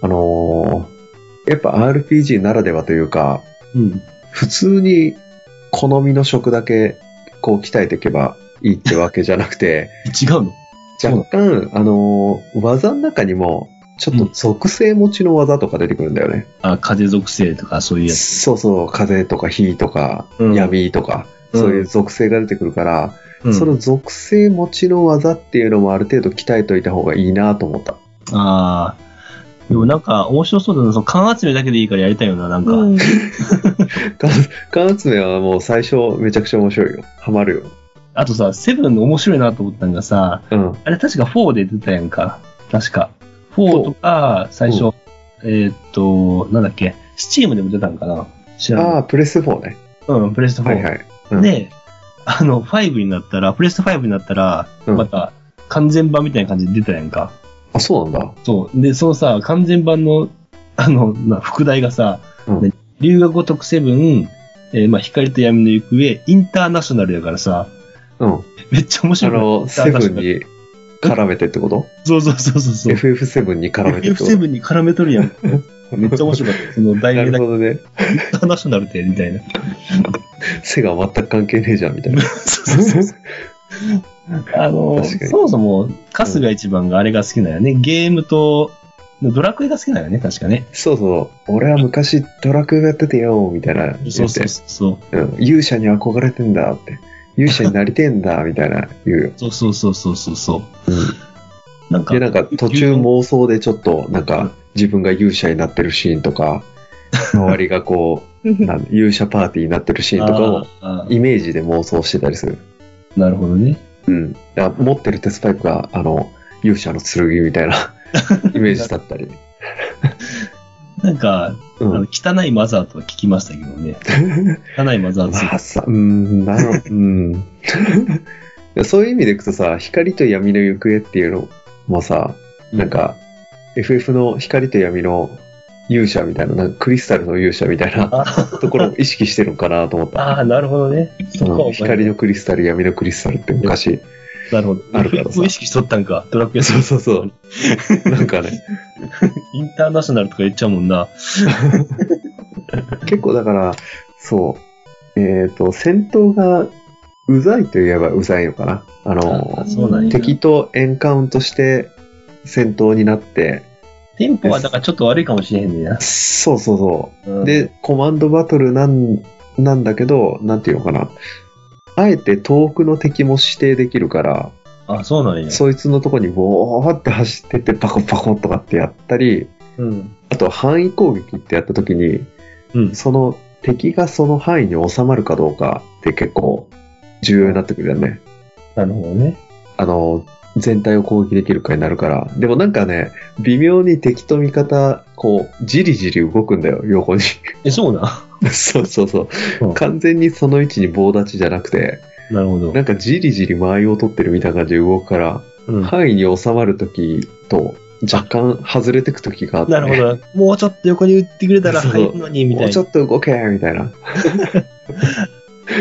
Speaker 1: あのーやっぱ RPG ならではというか、
Speaker 2: うん。
Speaker 1: 普通に好みの職だけこう鍛えていけばいいってわけじゃなくて、
Speaker 2: 違うの
Speaker 1: 若干、あのー技の中にも、ちょっと属性持ちの技とか出てくるんだよね。
Speaker 2: あ、風属性とかそういうやつ。
Speaker 1: そうそう、風とか火とか、
Speaker 2: うん
Speaker 1: 闇とか、そういう属性が出てくるから、
Speaker 2: うん
Speaker 1: その属性持ちの技っていうのもある程度鍛えといた方がいいなと思った。 (laughs)
Speaker 2: ああ。でもなんか、面白そうだな。その缶集めだけでいいからやりたいよな、なんか。
Speaker 3: うん。
Speaker 1: 缶缶詰はもう最初めちゃくちゃ面白いよ。ハマるよ。
Speaker 2: あとさ、セブンの面白いなと思ったのがさ、
Speaker 1: うん。
Speaker 2: あれ確か4で出たやんか。確か。4とか、最初、えーっと、なんだっけ、スチームでも出たんかな知ら
Speaker 1: あ
Speaker 2: ない。
Speaker 1: あ、プレス4ね。
Speaker 2: うん、プレステ4。
Speaker 1: はいはい。うん
Speaker 2: で、あの、5になったら、プレステ5になったら、
Speaker 1: うん
Speaker 2: また、完全版みたいな感じで出たやんか。
Speaker 1: あ、そうなんだ。
Speaker 2: そう。で、そのさ、完全版の、あの、な副題がさ、
Speaker 1: うん
Speaker 2: 留学ごとくセブン、えーまあ、光と闇の行方、インターナショナルやからさ、
Speaker 1: うん。あ
Speaker 2: めっちゃ面白い。
Speaker 1: の、セブンに絡めてってこと
Speaker 2: そうそうそうそうそう。
Speaker 1: ?FF7 に絡めてってこと
Speaker 2: F7 に絡めとるやん。めっちゃ面白かった。その題
Speaker 1: (laughs) な
Speaker 2: 名
Speaker 1: る
Speaker 2: だけイン
Speaker 1: ほどね。
Speaker 2: ターナショナルって、みた
Speaker 1: (laughs)
Speaker 2: いな。
Speaker 1: 背が全く関係ねえじゃんみ
Speaker 2: (laughs)
Speaker 1: たいな。
Speaker 2: そうそうそうそう。あの、
Speaker 1: 確かに
Speaker 2: そもそも、春日一番があれが好きなんよね。ゲームと、ドラクエが好きなんよね、確かね。
Speaker 1: そうそう。俺は昔ドラクエやっててよ、みたいな言って。
Speaker 2: そうそうそう。
Speaker 1: うん。勇者に憧れてんだって。勇者になりてんだ、みたいな言うよ。
Speaker 2: そうそうそうそうそうそう。
Speaker 1: うん
Speaker 2: なんか
Speaker 1: で、、なんか途中妄想でちょっと、なんか自分が勇者になってるシーンとか、周りがこ
Speaker 2: (laughs)
Speaker 1: う、なん勇者パーティーになってるシーンとかを
Speaker 2: あーあー
Speaker 1: イメージで妄想してたりする。
Speaker 2: なるほどね。
Speaker 1: うん。だ
Speaker 2: (laughs)
Speaker 1: から持ってる鉄パイプが、あの、勇者の剣みたいなイメージだったり。
Speaker 2: なんか、
Speaker 1: う
Speaker 2: あの
Speaker 1: ん。
Speaker 2: 汚いマザーとは聞きましたけど
Speaker 1: (laughs)
Speaker 2: ね。汚いマザーつい
Speaker 1: まあさ、うん、なの、うん。 (laughs) そういう意味でいくとさ、光と闇の行方っていうのもさ、なん、か、FF の光と闇の勇者みたいな、なんかクリスタルの勇者みたいな
Speaker 2: あ
Speaker 1: ところを意識してるのかなと思った。
Speaker 2: ああ、なるほどね。
Speaker 1: その光のクリスタル、闇のクリスタルって昔。
Speaker 2: なるほど。
Speaker 1: あるからさ
Speaker 2: 意識しとったんか、ドラク
Speaker 1: (laughs)
Speaker 2: エ
Speaker 1: そうそ
Speaker 2: さ
Speaker 1: うそう。 (laughs) なんかね、
Speaker 2: インターナショナルとか言っちゃうもんな。
Speaker 1: 結構だから、そう、えっ、と、戦闘がうざいといえばうざいのかな。あの
Speaker 2: あ、そうなんや。
Speaker 1: 敵とエンカウントして戦闘になって、
Speaker 2: テンポはだからちょっと悪いかもしれへんねんな。
Speaker 1: そうそうそう。
Speaker 2: うん
Speaker 1: で、コマンドバトルなんなんだけど、なんていうのかな。あえて遠くの敵も指定できるから、
Speaker 2: あ、そうなんや。
Speaker 1: そいつのとこにボーって走ってってパコパコとかってやったり、
Speaker 2: うん。
Speaker 1: あと範囲攻撃ってやった時に、
Speaker 2: うん。
Speaker 1: その敵がその範囲に収まるかどうかって結構重要になってくるよね。
Speaker 2: なるほどね。
Speaker 1: あの、全体を攻撃できるかになるから。でもなんかね、微妙に敵と味方、こう、じりじり動くんだよ、横に。 (laughs)
Speaker 2: え、そうな。
Speaker 1: そうそうそう、
Speaker 2: うん
Speaker 1: 完全にその位置に棒立ちじゃなくて、
Speaker 2: なるほど。
Speaker 1: なんかじりじり間合いを取ってるみたいな感じで動くから、
Speaker 2: うん
Speaker 1: 範囲に収まるときと、若干外れてくときがあって、
Speaker 2: なるほど。もうちょっと横に打ってくれたら
Speaker 1: そう
Speaker 2: 入るのに、みた
Speaker 1: もう
Speaker 2: い
Speaker 1: ちょ
Speaker 2: な。
Speaker 1: っと動けみたいな。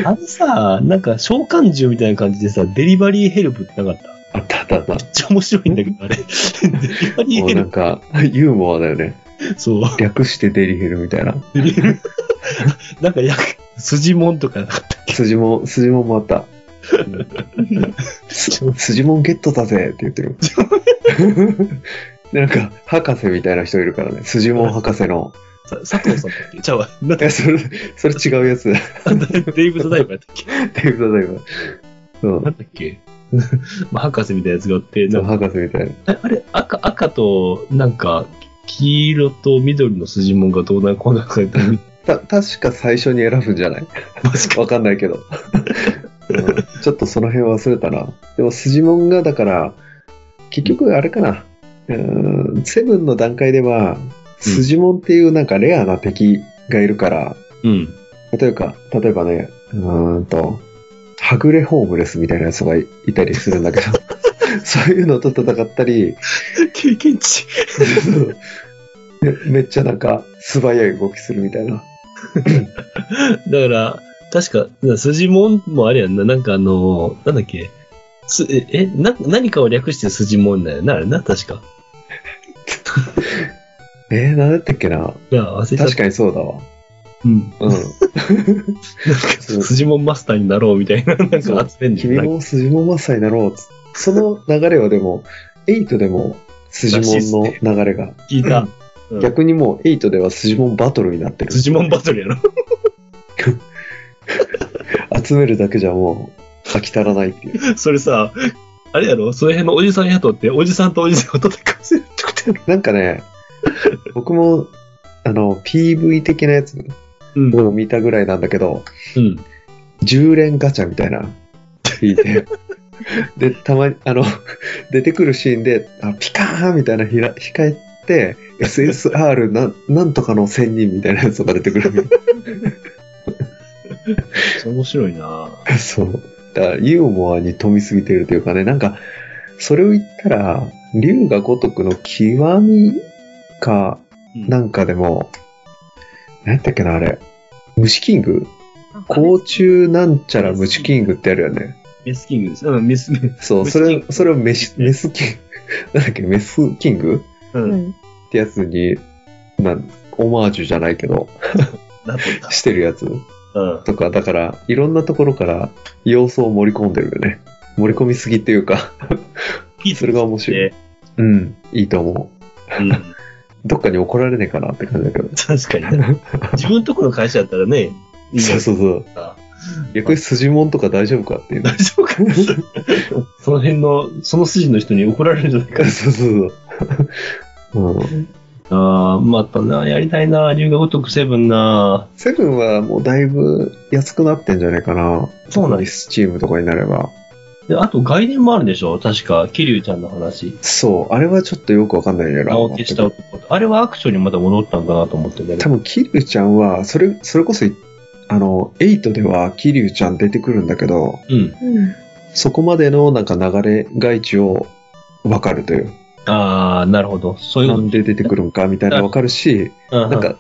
Speaker 2: あのさ、なんか召喚獣みたいな感じでさ、デリバリーヘルプってなかった
Speaker 1: あったあったあった。
Speaker 2: めっちゃ面白いんだけど、あ
Speaker 1: (laughs)
Speaker 2: れ。デリバリー
Speaker 1: もう
Speaker 2: ヘ
Speaker 1: な
Speaker 2: ル
Speaker 1: んか、ユーモアだよね。
Speaker 2: プ。そう。
Speaker 1: 略してデリヘルみたいな。
Speaker 2: デリヘル。なんかや、筋もんとかなかったっけ
Speaker 1: 筋も、筋もんもあった。す筋もんゲットだぜって言ってる。 (laughs) でなんか、博士みたいな人いるからね。筋もん博士の。
Speaker 2: さ佐藤さんだっけちゃうわ。なんか
Speaker 1: いや、それ、それ違うやつ。 (laughs)
Speaker 2: デイブドダイバーだっけ
Speaker 1: テイクだ今。そう
Speaker 2: な。んだっけ (laughs) まあ、博士みたいなやつがあって、
Speaker 1: そ
Speaker 2: な
Speaker 1: うん
Speaker 2: か
Speaker 1: 博士みたいな。
Speaker 2: ああれ、赤、赤と、なんか、黄色と緑の筋もんがどうなんこうなんか、
Speaker 1: た、確か最初に選ぶんじゃない
Speaker 2: マジ
Speaker 1: (laughs)
Speaker 2: か。
Speaker 1: わかんないけど、うんちょっとその辺忘れたな。でも、スジモンが、だから、結局あれかな。うん、セブンの段階では、スジモンっていうなんかレアな敵がいるから、
Speaker 2: うん。
Speaker 1: 例えば、例えばね、うーんと、はぐれホームレスみたいなやつがいいたりするんだけど、そういうのと戦ったり、
Speaker 2: 経験値。
Speaker 1: めめっちゃなんか素早い動きするみたいな。
Speaker 2: だから、確か、筋もんもあれやんな。なんかあの、なんだっけ。すえ、えな、何かを略して筋もんだよな、あれな、確か。
Speaker 1: えー、なんだったっけな
Speaker 2: なあ、忘れちゃっ
Speaker 1: 確
Speaker 2: た。
Speaker 1: かにそうだわ。
Speaker 2: うん。
Speaker 1: うん。
Speaker 2: なんか、筋もんマスターになろうみたいな、なんか集めんねん
Speaker 1: 君
Speaker 2: な
Speaker 1: も筋もんマスターになろうっつ。その流れはでも、8でも筋もんの流れが。
Speaker 2: 聞いた。うん
Speaker 1: 逆にもう8では筋もんバトルになってる。
Speaker 2: 筋もんバトルやろ。 (laughs)
Speaker 1: 集めるだけじゃもう飽き足らないっていう。
Speaker 2: それさ、あれやろその辺のおじさん雇って、おじさんとおじさんを戦わせるってことやろ
Speaker 1: なんかね、 (laughs) 僕も、あの、PV 的なやつ
Speaker 2: うん
Speaker 1: を見たぐらいなんだけど、
Speaker 2: うん。
Speaker 1: 10連ガチャみたいな引い
Speaker 2: (laughs)
Speaker 1: てでたまにあの出てくるシーンであピカーンみたいなひら控えて SSR なんなんとかの1000人みたいなやつとか出てくる
Speaker 2: 面白いな
Speaker 1: (laughs) そうだからユーモアに富みすぎてるというかねなんかそれを言ったら龍が如くの極みかな
Speaker 2: なん
Speaker 1: かでも何やったっけなあれ虫キング
Speaker 3: なんか
Speaker 1: 甲虫なんちゃら虫キングってあるよね
Speaker 2: メスキングです。うん、メス、
Speaker 1: そう、
Speaker 2: メス
Speaker 1: そ
Speaker 2: キン
Speaker 1: れ
Speaker 2: グ、
Speaker 1: それをメス、メスキング、 (laughs) なんだっけ、メスキング
Speaker 2: う。
Speaker 3: うん
Speaker 1: っ
Speaker 3: ん
Speaker 1: てやつに、なん、オマージュじゃないけど、
Speaker 2: なっとっ
Speaker 1: してるやつ
Speaker 2: た。うん。
Speaker 1: とか、だから、いろんなところから要素を盛り込んでるよね。盛り込みすぎっていうか、
Speaker 2: い
Speaker 1: (laughs)
Speaker 2: い
Speaker 1: それが面白い。
Speaker 2: ね。
Speaker 1: うん、いいと思う。
Speaker 2: うん。
Speaker 1: どっかに怒られねえかなって感じだけど。
Speaker 2: 確かに
Speaker 1: (laughs)
Speaker 2: ね。自分とこの会社だったらね、いいじゃ
Speaker 1: そ
Speaker 2: な
Speaker 1: う
Speaker 2: い
Speaker 1: そうそう。逆に筋もんとか大丈夫かっていう。
Speaker 2: 大丈夫
Speaker 1: (laughs)
Speaker 2: かなその辺の、その筋の人に怒られるんじゃない
Speaker 1: (laughs)
Speaker 2: か
Speaker 1: そうそうそう。うん。
Speaker 2: ああ、またな、やりたいな、龍が如くセブンな。
Speaker 1: セブンはもうだいぶ安くなってんじゃないかな。
Speaker 2: そうなんで
Speaker 1: スチームとかになれば。
Speaker 2: で、あと外伝もあるんでしょ確か、桐生ちゃんの話。
Speaker 1: そう、あれはちょっとよくわかんないね。
Speaker 2: 直樹した男と。あれはアクションにまた戻ったんかなと思ってね。
Speaker 1: 多分、キリュウちゃんは、それ、それこそ、あの、8ではキリュウちゃん出てくるんだけど、
Speaker 2: うん。
Speaker 3: うん。
Speaker 1: そこまでのなんか流れ、外地を分かるという。
Speaker 2: ああ、なるほど。そういう
Speaker 1: な
Speaker 2: こと
Speaker 1: んで出てくるんかみたいなの分かるし、
Speaker 2: な
Speaker 1: なん、か、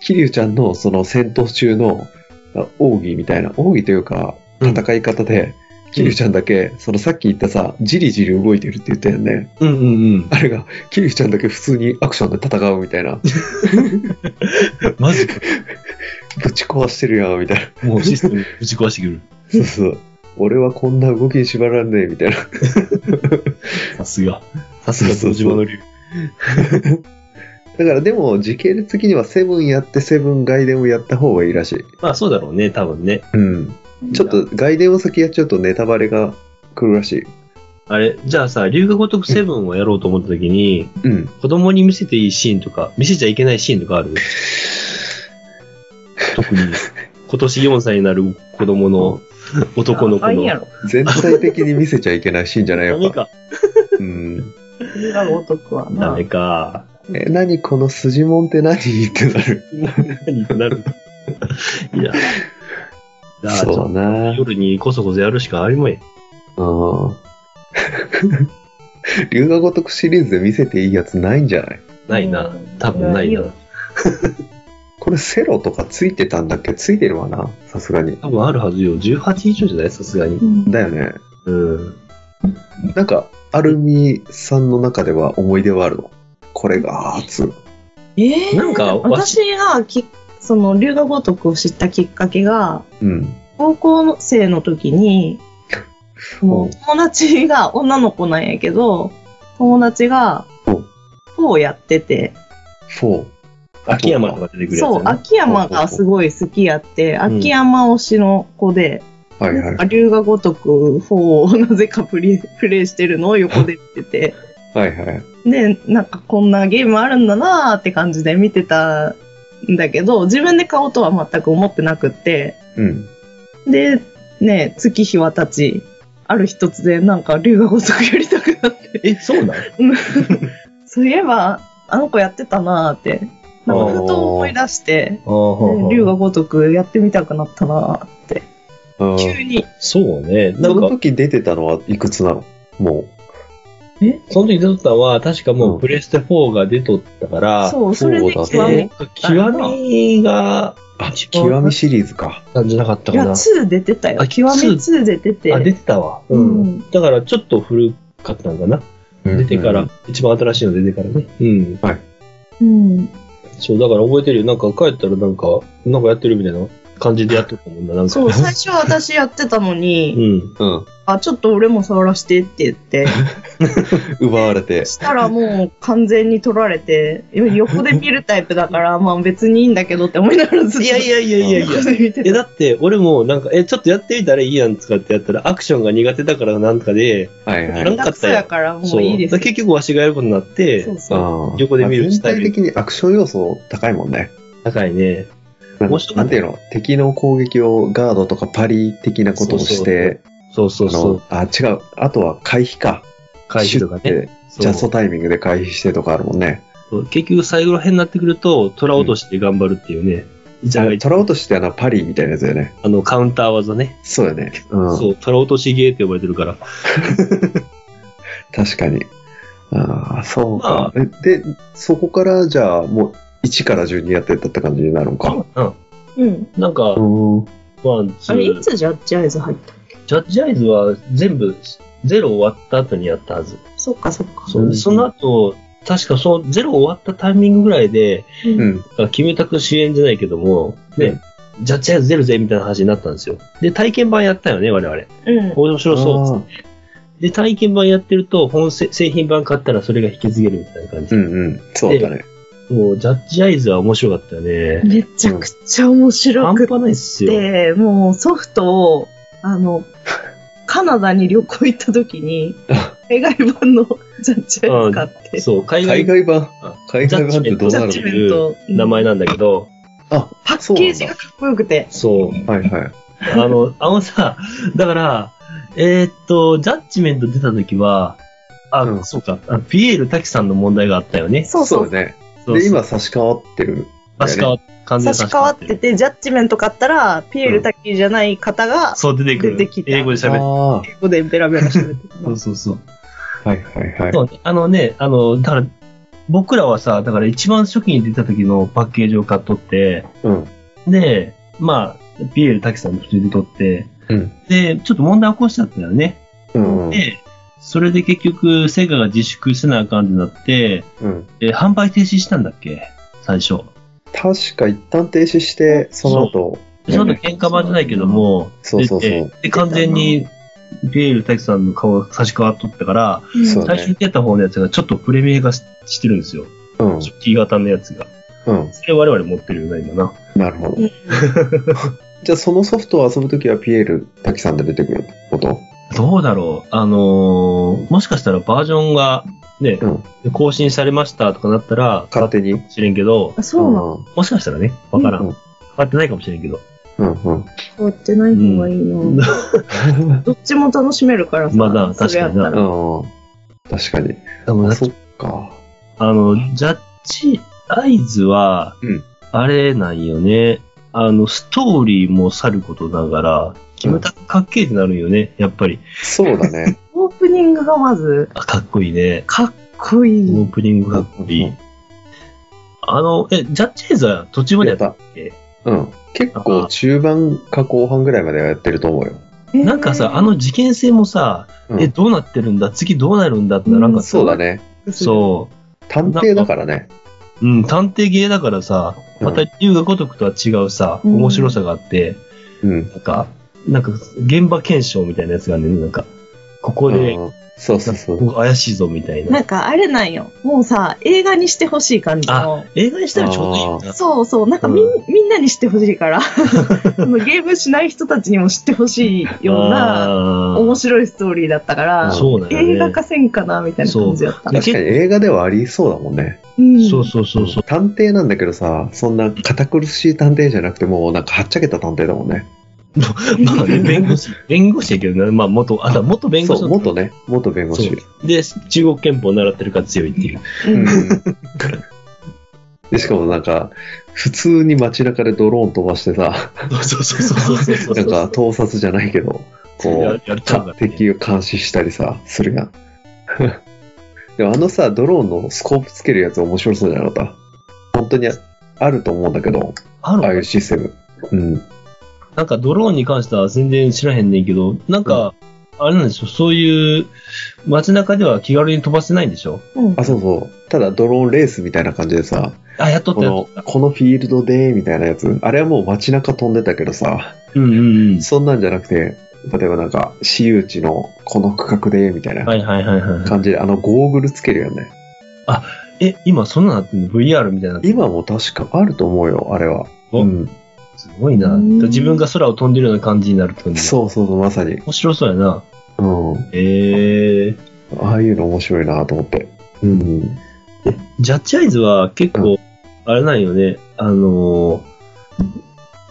Speaker 1: キリュウちゃんのその戦闘中のあ奥義みたいな、奥義というか、
Speaker 2: うん
Speaker 1: 戦い方で、キリュウちゃんだけ、そのさっき言ったさ、じりじり動いてるって言ったよね。
Speaker 2: うんうんうん。
Speaker 1: あれが、キリュウちゃんだけ普通にアクションで戦うみたいな。
Speaker 2: (laughs)
Speaker 1: (laughs)
Speaker 2: マジか。
Speaker 1: ぶち壊してるやん、みたいな。
Speaker 2: もうシステムぶち壊してくる。
Speaker 1: そうそう。俺はこんな動きに縛らんねえ、みたいな。
Speaker 2: さすが。さすが、小島の竜。
Speaker 1: だからでも、時系列的にはセブンやって、セブン外伝をやった方がいいらしい。
Speaker 2: (laughs) まあそうだろうね、多分ね。
Speaker 1: うん。ちょっと外伝を先やっちゃうとネタバレが来るらしい。
Speaker 2: あれ、じゃあさ、龍が如くセブンをやろうと思った時に、
Speaker 1: うん。
Speaker 2: 子供に見せていいシーンとか、見せちゃいけないシーンとか
Speaker 1: (laughs)
Speaker 2: ある特に、今年4歳になる子供の男の子
Speaker 3: あ、いいや
Speaker 2: の。
Speaker 3: ろ。
Speaker 1: 全体的に見せちゃいけないシーンじゃない
Speaker 2: ダ
Speaker 1: よ。
Speaker 2: メ
Speaker 1: やっぱ
Speaker 2: か。
Speaker 1: うん。
Speaker 3: 裏が男はな。
Speaker 2: ダメか。
Speaker 1: え、何この筋もんって何ってなる。
Speaker 2: 何ってなる。いや。 (laughs) じゃあ、ち
Speaker 1: そ
Speaker 2: ょ
Speaker 1: う
Speaker 2: っ
Speaker 1: だ
Speaker 2: と夜にこそこそやるしかありもんや。
Speaker 1: な。うん。龍が如くシリーズで見せていいやつないんじゃない
Speaker 2: ないな。多分ないな。
Speaker 1: これセロとかついてたんだっけついてるわな。さすがに。
Speaker 2: 多分あるはずよ。18以上じゃないさすがに
Speaker 3: う。ん。
Speaker 1: だよね。
Speaker 2: うん。
Speaker 1: なんか、アルミさんの中では思い出はあるのこれが、つう。
Speaker 3: えー、
Speaker 2: なんかわし
Speaker 3: 私がき、その、龍が如くを知ったきっかけが、
Speaker 1: うん。
Speaker 3: 高校生の時に、
Speaker 1: う
Speaker 3: も
Speaker 1: ん
Speaker 3: う友達が女の子なんやけど、友達が
Speaker 1: うん、
Speaker 3: フォーやってて、
Speaker 1: 4。
Speaker 2: 秋山とか出てくるやつ、ね。
Speaker 3: そう、秋山がすごい好きやって、
Speaker 2: ん
Speaker 3: 秋山推しの子で、
Speaker 1: はいはい。
Speaker 3: 龍が如く4をなぜかプレイプレイしてるのを横で見てて、
Speaker 1: はいはい。
Speaker 3: で、なんかこんなゲームあるんだなーって感じで見てたんだけど、自分で買おうとは全く思ってなくって、
Speaker 1: うん。
Speaker 3: で、ね、月日は経ち、ある日突然なんか龍が如くやりたくなって、
Speaker 2: え、そうなん
Speaker 3: そういえば、あの子やってたなーって、なんかふと思い出して、で龍が如くやってみたくなったなーって、
Speaker 1: あ
Speaker 3: 急
Speaker 1: ー
Speaker 3: に、
Speaker 2: そうね。な
Speaker 1: そ
Speaker 2: ん
Speaker 1: の
Speaker 2: か、
Speaker 1: 時出てたのはいくつなのも
Speaker 2: その時出とったのは、確か
Speaker 1: う
Speaker 2: も
Speaker 1: ん
Speaker 2: うプレステ4が出とったから、
Speaker 3: そう、それで
Speaker 1: そう
Speaker 3: 極
Speaker 1: だ
Speaker 2: え
Speaker 1: ね
Speaker 3: め
Speaker 2: ー、極みが、
Speaker 1: う。あ、
Speaker 2: 一番
Speaker 1: 極みシリーズか。
Speaker 2: なんじゃなかった
Speaker 3: い
Speaker 2: か
Speaker 3: や、
Speaker 2: な。
Speaker 3: 2出てたよ。
Speaker 2: あ
Speaker 3: 極み2出てて。
Speaker 2: あ、出てたわ。う。
Speaker 3: うんん
Speaker 2: だから、ちょっと古かったんかな。出てから、一番新しいの出てからね。うん。
Speaker 3: うん。
Speaker 2: そう、だから覚えてるよ。なんか帰ったらなんか、なんかやってるみたいな感じでやってたもんな、なんか。
Speaker 3: そう、最初は私やってた
Speaker 2: (laughs)
Speaker 3: の
Speaker 2: う
Speaker 3: に、
Speaker 2: ん。
Speaker 1: うん。うん。
Speaker 3: あ、ちょっと俺も触らしてって
Speaker 2: (laughs)
Speaker 3: 言って、
Speaker 1: 奪われて。
Speaker 3: したらもう完全に取られて、いや横で見るタイプだから、まあ別にいいんだけどって思いながらずっと。
Speaker 2: いやいやいやいやいや。
Speaker 3: 横で見て
Speaker 2: (laughs) え、
Speaker 3: た。
Speaker 2: だって、俺も、なんか、え、ちょっとやってみたらいいやんとかってやったら、アクションが苦手だからなんとかで、
Speaker 1: はいは
Speaker 2: ないん。か
Speaker 3: 下手くそやからもういいです
Speaker 2: だから結
Speaker 3: よ。
Speaker 2: 局わしがやることになって
Speaker 3: そ、うそう。
Speaker 1: あー
Speaker 2: 横で見る
Speaker 1: 全
Speaker 2: スタイ
Speaker 1: 体
Speaker 2: ル
Speaker 1: 的にアクション要素高いもんね。
Speaker 2: 高いね。
Speaker 1: なん
Speaker 2: 面白か
Speaker 1: な
Speaker 2: った
Speaker 1: んていうの敵の攻撃をガードとかパリ的なことをして、
Speaker 2: そうそうそう。
Speaker 1: あの、あ、違う。あとは回避か。
Speaker 2: 回避とかね。
Speaker 1: シュッて。ジャス
Speaker 2: そ
Speaker 1: ト
Speaker 2: う
Speaker 1: タイミングで回避してとかあるもんね。
Speaker 2: そう結局最後ら辺になってくると、虎落として頑張るっていうね。じゃあ、
Speaker 1: トラウトしてあのパリみたいなやつだよね。
Speaker 2: あの、カウンター技ね。
Speaker 1: そうだよね。うん。
Speaker 2: そう、虎落としゲーって呼ばれてるから。
Speaker 1: 確かに。ああ、そうか
Speaker 2: ま、
Speaker 1: えで、そこからじゃあもう1から順にやってったって感じになるのか。
Speaker 2: うん。
Speaker 3: うん。
Speaker 2: なんか、
Speaker 1: うん。
Speaker 2: ワン、ツ
Speaker 3: あれ、い
Speaker 2: ー。
Speaker 3: つジャッジアイズ入った
Speaker 2: ジャッジアイズは全部、ゼロ終わった後にやったはず。
Speaker 3: そっかそっか。
Speaker 2: そう
Speaker 1: うん
Speaker 2: その後、確かそのゼロ終わったタイミングぐらいで、
Speaker 1: う
Speaker 3: うん。
Speaker 1: ん。
Speaker 2: あキムタク主演じゃないけども、ね、ジャッジアイズ出るぜみたいな話になったんですよ。で、体験版やったよね、我々。
Speaker 3: うん。
Speaker 2: 面白そうう。で、体験版やってると、本製製品版買ったらそれが引き継げるみたいな感じ。
Speaker 1: うんうん。そうだね。
Speaker 2: もう、ジャッジアイズは面白かったよ
Speaker 3: ん、
Speaker 2: ね。
Speaker 3: めちゃくちゃ面白
Speaker 2: 半
Speaker 3: くっ
Speaker 2: 端ないっすよ。
Speaker 3: て、もうソフトを、あの、カナダに旅行行った時に、海外版のジャッジアイズ買って、
Speaker 2: そう、海
Speaker 1: 海
Speaker 2: 外
Speaker 1: 外版
Speaker 2: あ。
Speaker 1: 海外版ってどう
Speaker 3: ジ
Speaker 1: な
Speaker 3: ャ
Speaker 1: るの
Speaker 3: ッジメント。
Speaker 2: 名前なんだけど、
Speaker 1: あ、
Speaker 3: パッケージがかっこよくて。
Speaker 2: そう、
Speaker 1: はいはい。
Speaker 2: あの、あのさ、だから、えーっと、ジャッジメント出た時は、あ、
Speaker 1: うん
Speaker 2: そうか、あピエール滝さんの問題があったよね。
Speaker 3: そうそう。
Speaker 1: ね。
Speaker 2: そう
Speaker 1: で、今差し替わってる。
Speaker 2: 差し替わっ、完全
Speaker 3: 差
Speaker 2: に
Speaker 3: し替わって
Speaker 2: る。
Speaker 3: て、ジャッジメント買ったら、ピエール滝じゃない方が、
Speaker 2: そう、出てくる。
Speaker 3: 出てきた
Speaker 2: 英語で喋って。
Speaker 1: あ
Speaker 3: 英語でベラベラ喋って
Speaker 2: そう
Speaker 3: る。
Speaker 2: そうそう。
Speaker 1: あ、はいはいはい。
Speaker 2: そうね、あのね、あの、だから、僕らはさ、だから一番初期に出た時のパッケージを買っとって、
Speaker 1: うん。
Speaker 2: で、まあ、ピエール滝さんの普通に取って、
Speaker 1: うん
Speaker 2: で、ちょっと問題起こしちゃったよね。
Speaker 1: うん。うん。
Speaker 2: で、それで結局、セガが自粛せなあかんってなって、
Speaker 1: うん
Speaker 2: えー販売停止したんだっけ最初。
Speaker 1: 確か一旦停止して、その後、
Speaker 2: でその後喧嘩版じゃないけども、
Speaker 1: そうそうそう
Speaker 2: 出てで、完全に、ピエール滝さんの顔が差し替わっとったから、
Speaker 3: うん
Speaker 1: そう
Speaker 2: 最初に出た方のやつがちょっとプレミア化ししてるんですよ。
Speaker 1: うん。
Speaker 2: 初期型のやつが。
Speaker 1: うん。
Speaker 2: それ我々持ってるよね、今な。
Speaker 1: なるほ
Speaker 3: う
Speaker 1: ど。
Speaker 3: ん
Speaker 1: じゃあそのソフトを遊ぶときはピエール滝さんで出てくること
Speaker 2: どうだろうあのーもしかしたらバージョンがね、
Speaker 1: うん。
Speaker 2: 更新されましたとかなったら、
Speaker 1: 勝手に。
Speaker 2: 知れんけど、
Speaker 3: あそうなの
Speaker 1: ん
Speaker 2: もしかしたらね、わから
Speaker 1: う
Speaker 2: ん。変
Speaker 1: ん
Speaker 2: わってないかもしれんけど。
Speaker 1: うんうん。
Speaker 3: 変わってない方がいいの、
Speaker 2: うん
Speaker 3: どっちも楽しめるからさ。
Speaker 2: まあな
Speaker 3: それやったら
Speaker 2: 確か
Speaker 1: うん。確
Speaker 2: (laughs)
Speaker 1: かに。
Speaker 2: でも
Speaker 1: あ
Speaker 2: な
Speaker 1: そっか。
Speaker 2: あの、ジャッジアイズは
Speaker 1: うん、
Speaker 2: あれなんよね。あの、ストーリーもさることながら、キムタクかっけえってなるよね、やっぱり。
Speaker 1: そうだね。
Speaker 3: オープニングがまず、
Speaker 2: あ、かっこいいね。
Speaker 3: かっこい
Speaker 2: オ
Speaker 3: い。
Speaker 2: ープニングかっこいい。あの、え、ジャッジアイズは途中までやったっけ
Speaker 1: うん。結構中盤か後半ぐらいまではやってると思うよ。
Speaker 2: なんかさ、あの事件性もさ、
Speaker 1: うん
Speaker 2: え、どうなってるんだ次どうなるんだってなんか、
Speaker 3: うん
Speaker 1: そうだね。
Speaker 2: そ
Speaker 1: 探偵だからね。
Speaker 2: う。うん、探偵芸だからさ、また龍が如くとは違うさ、
Speaker 3: うん
Speaker 2: 面白さがあって、
Speaker 1: うん。
Speaker 2: なんか、なんか、現場検証みたいなやつがね、なんか、ここで、
Speaker 1: うんそうそうそ
Speaker 2: こ
Speaker 1: う。
Speaker 2: こ怪しいぞみたい
Speaker 3: な
Speaker 2: な。
Speaker 3: んかあれなんよ。もうさ、映画にしてほしい感じの。
Speaker 2: 映画にしたらちょうどいいよな。
Speaker 3: そうそう。なんかみ,、、
Speaker 2: うん
Speaker 3: みんなに知ってほしい
Speaker 2: (laughs)
Speaker 3: から。そのゲームしない人たちにも知ってほしいような、
Speaker 2: あー
Speaker 3: 面白いストーリーだったから、
Speaker 2: そうだよね。
Speaker 3: 映画化せんかなみたいな感じだった。
Speaker 2: で
Speaker 1: 確かに映画ではありそうだもんね。
Speaker 3: うん
Speaker 2: そうそうそうそう。
Speaker 1: 探偵なんだけどさ、そんな堅苦しい探偵じゃなくて、もうなんかはっちゃけた探偵だもんね。
Speaker 2: まあ (laughs) ね、弁護士、弁護士やけどな、まあ元、あ、元弁護士
Speaker 1: そ
Speaker 2: の
Speaker 1: う、元ね、元弁護士。
Speaker 2: そうで、中国憲法習ってるから強いっていう。
Speaker 3: う
Speaker 2: (laughs)
Speaker 1: うん
Speaker 3: ん。
Speaker 1: で、しかもなんか、普通に街中でドローン飛ばしてさ、
Speaker 2: そうそうそうそうそう
Speaker 1: なんか盗撮じゃないけど、
Speaker 2: や
Speaker 1: こう、
Speaker 2: やったんだ、ね。
Speaker 1: 敵を監視したりさ、するやん。 (laughs) でもあのさ、ドローンのスコープつけるやつ面白そうじゃなかった本当にあると思うんだけど、
Speaker 2: ある
Speaker 1: ああい
Speaker 2: の
Speaker 1: うシステム。うん。
Speaker 2: なんかドローンに関しては全然知らへんねんけど、なんか、あれなんでしょそういう、街中では気軽に飛ばせないんでしょ
Speaker 3: うん
Speaker 1: あ、そうそう。ただドローンレースみたいな感じでさ、
Speaker 2: あ、やっとっ
Speaker 1: こ
Speaker 2: たよ
Speaker 1: の。このフィールドでみたいなやつあれはもう街中飛んでたけどさ
Speaker 2: うんうんうん。
Speaker 1: そんなんじゃなくて例えばなんか私有地のこの区画でみたい
Speaker 2: は
Speaker 1: ない
Speaker 2: はいはいは
Speaker 1: 感じで、あのゴーグルつけるよね
Speaker 2: い。え、今そんなのあってんの ?VR みたいな。
Speaker 1: 今も確かあると思うよあれは、
Speaker 2: お
Speaker 1: うん、
Speaker 2: すごいな。
Speaker 3: うん
Speaker 2: 自分が空を飛んでるような感じになるって感じ。う。
Speaker 1: そうそうそうまさに、
Speaker 2: 面白そうやな。
Speaker 1: うん、
Speaker 2: ええ
Speaker 1: ああいうの面白いなと思ってうん
Speaker 2: ジャッジアイズは結構、あれなんよね。あのー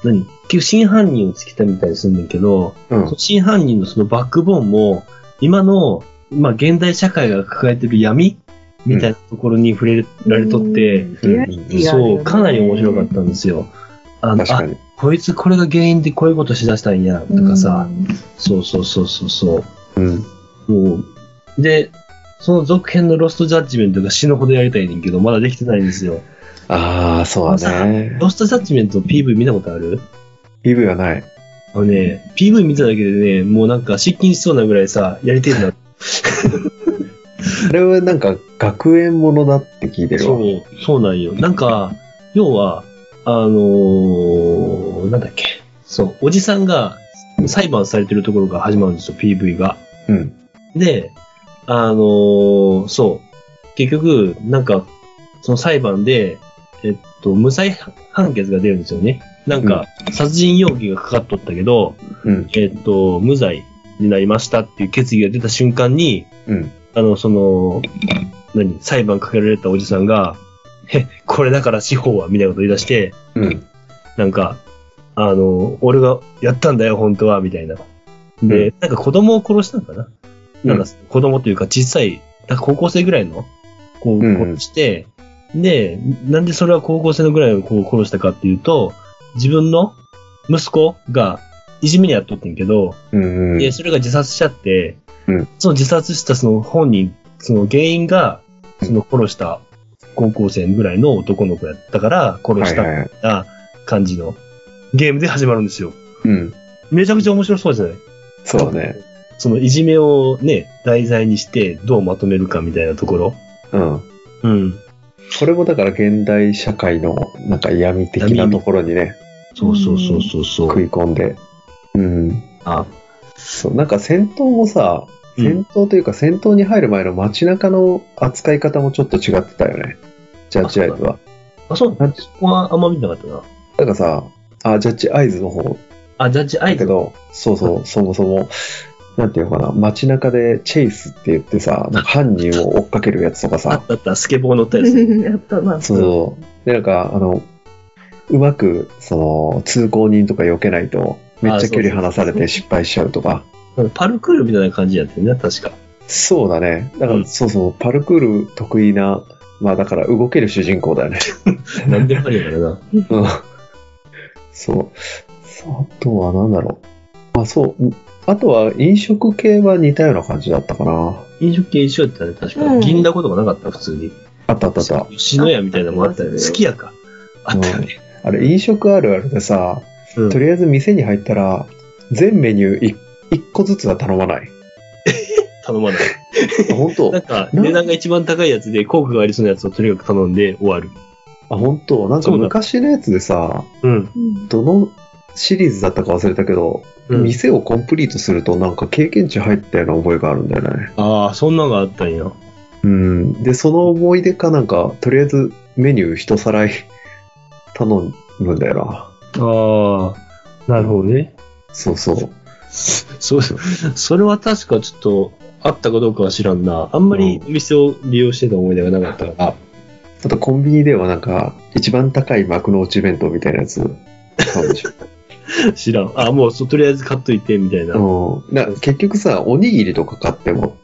Speaker 2: 何結構真犯人をつけたみたいにするんだけど、
Speaker 1: うん
Speaker 2: 真犯人のそのバックボーンも、今の、まあ、現代社会が抱えてる闇みたいなところに触れられとって、
Speaker 3: うんリアリティがあるよね
Speaker 2: そう、かなり面白かったんですよ。あの
Speaker 1: 確か
Speaker 2: あ
Speaker 1: に
Speaker 2: こいつこれが原因でこういうことしだしたんや、とかさ、
Speaker 3: うん
Speaker 2: そうそうそうそうそ
Speaker 1: うん
Speaker 2: う。もう、で、その続編のロストジャッジメントが死ぬほどやりたいねんけど、まだできてないんですよ。
Speaker 1: ああそうだね
Speaker 2: ロストジャッジメントの PV 見たことある
Speaker 1: PV はない
Speaker 2: あのね、PV 見ただけでね、もうなんか失禁しそうなぐらいさ、やりてえな。
Speaker 1: あれはなんか学園ものだって聞いてる
Speaker 2: そ
Speaker 1: わ
Speaker 2: う、そうなんよ。なんか、要は、あのー、なんだっけ。そう、おじさんが裁判されてるところが始まるんですよ、PV が。
Speaker 1: うん
Speaker 2: で、あのーそう、結局、なんか、その裁判で、えっと、無罪判決が出るんですよね。なんか、殺人容疑がかかっとったけど、
Speaker 1: うん
Speaker 2: えっと、無罪になりましたっていう決議が出た瞬間に、
Speaker 1: うん
Speaker 2: あの、その、何、裁判かけられたおじさんが、へ、これだから司法は、みたいなこと言い出して、
Speaker 1: うん
Speaker 2: なんか、あの、俺がやったんだよ、本当は、みたいな。で、なんか子供を殺したのかな、
Speaker 1: うん
Speaker 2: なんか子供というか小さい、なんか高校生ぐらいの子を
Speaker 1: うん
Speaker 2: 殺して、で、なんでそれは高校生のぐらいの子を殺したかっていうと、自分の息子がいじめにあっとってんけど、
Speaker 1: うんうん
Speaker 2: で、それが自殺しちゃって、
Speaker 1: うん
Speaker 2: その自殺したその本人、その原因が、その殺した高校生ぐらいの男の子やったから、殺
Speaker 1: は
Speaker 2: し
Speaker 1: い
Speaker 2: た
Speaker 1: はい
Speaker 2: み
Speaker 1: は
Speaker 2: た
Speaker 1: い
Speaker 2: いな感じのゲームで始まるんですよ。
Speaker 1: うん
Speaker 2: めちゃくちゃ面白そうじゃない
Speaker 1: そうだね
Speaker 2: そのいじめをね、題材にしてどうまとめるかみたいなところ。
Speaker 1: うん
Speaker 2: うん。
Speaker 1: これもだから現代社会のなんか闇的なところにね
Speaker 2: そうそうそうそうそ
Speaker 1: 食
Speaker 2: う。
Speaker 1: い込んでうん
Speaker 2: あ、
Speaker 1: そうなんか戦闘もさ
Speaker 2: うん
Speaker 1: 戦闘というか戦闘に入る前の街中の扱い方もちょっと違ってたよねジャッジアイズは
Speaker 2: あそう、
Speaker 1: なん
Speaker 2: そこはあんま見てなかったな。
Speaker 1: なんかさあジャッジアイズの方
Speaker 2: あ、ジャッジア
Speaker 1: だ
Speaker 2: イ
Speaker 1: け
Speaker 2: ズ。
Speaker 1: ど、そうそう、そもそも、なんていうのかな、街中でチェイスって言ってさ、なんか犯人を追っかけるやつとか
Speaker 2: あ
Speaker 1: さ
Speaker 2: っ、たあった、スケボー乗ったやつ。
Speaker 3: やったな。
Speaker 1: そうそう。で、なんか、あの、うまく、その、通行人とか避けないと、めっちゃ距離離されて失敗しちゃうとか。
Speaker 2: うんパルクールみたいな感じやってんね、確か。
Speaker 1: そうだね。だか
Speaker 2: うん
Speaker 1: ら、そうそう、パルクール得意な、まあだから動ける主人公だよね。
Speaker 2: なんでもありやからな。
Speaker 1: うん。そう。そうあとは何だろう。あ、そう。んあとは飲食系は似たような感じだったかな。
Speaker 2: 飲食系一緒やったね、確か。
Speaker 3: うん
Speaker 2: 銀だことかなかった、普通に。
Speaker 1: あったあったあった。
Speaker 2: 吉野家みたいなのもあったよ
Speaker 3: あ
Speaker 2: ね。
Speaker 3: った
Speaker 2: 好きやか。あったよね。
Speaker 1: あれ、飲食あるあるでさ、
Speaker 2: うん
Speaker 1: とりあえず店に入ったら、全メニュー 1, 個ずつは頼まない。
Speaker 2: 頼まない。
Speaker 1: あ、本
Speaker 2: (laughs)
Speaker 1: 当
Speaker 2: なんか、値段が一番高いやつで、効果がありそうなやつをとにかく頼んで終わる。
Speaker 1: あ、本当なんか昔のやつでさ、
Speaker 2: うん。 (laughs)
Speaker 3: うん。
Speaker 1: どのシリーズだったか忘れたけど、
Speaker 2: うん、
Speaker 1: 店をコンプリートするとなんか経験値入ったような覚えがあるんだよね。
Speaker 2: ああ、そんなのがあったんや。
Speaker 1: うん。で、その思い出かなんか、とりあえずメニュー一皿い (laughs) 頼むんだよな。
Speaker 2: ああ、なるほどね。
Speaker 1: そうそう。
Speaker 2: そう、それは確かちょっと、あったかどうかは知らんな。あんまりお店を利用してた思い出がなかったから。
Speaker 1: あとコンビニではなんか、一番高い幕の内弁当みたいなやつ買うでしょ。
Speaker 2: 知らん。あもうそう、とりあえず買っといて、みたいな。
Speaker 1: うん、だから結局さおにぎりとか買っても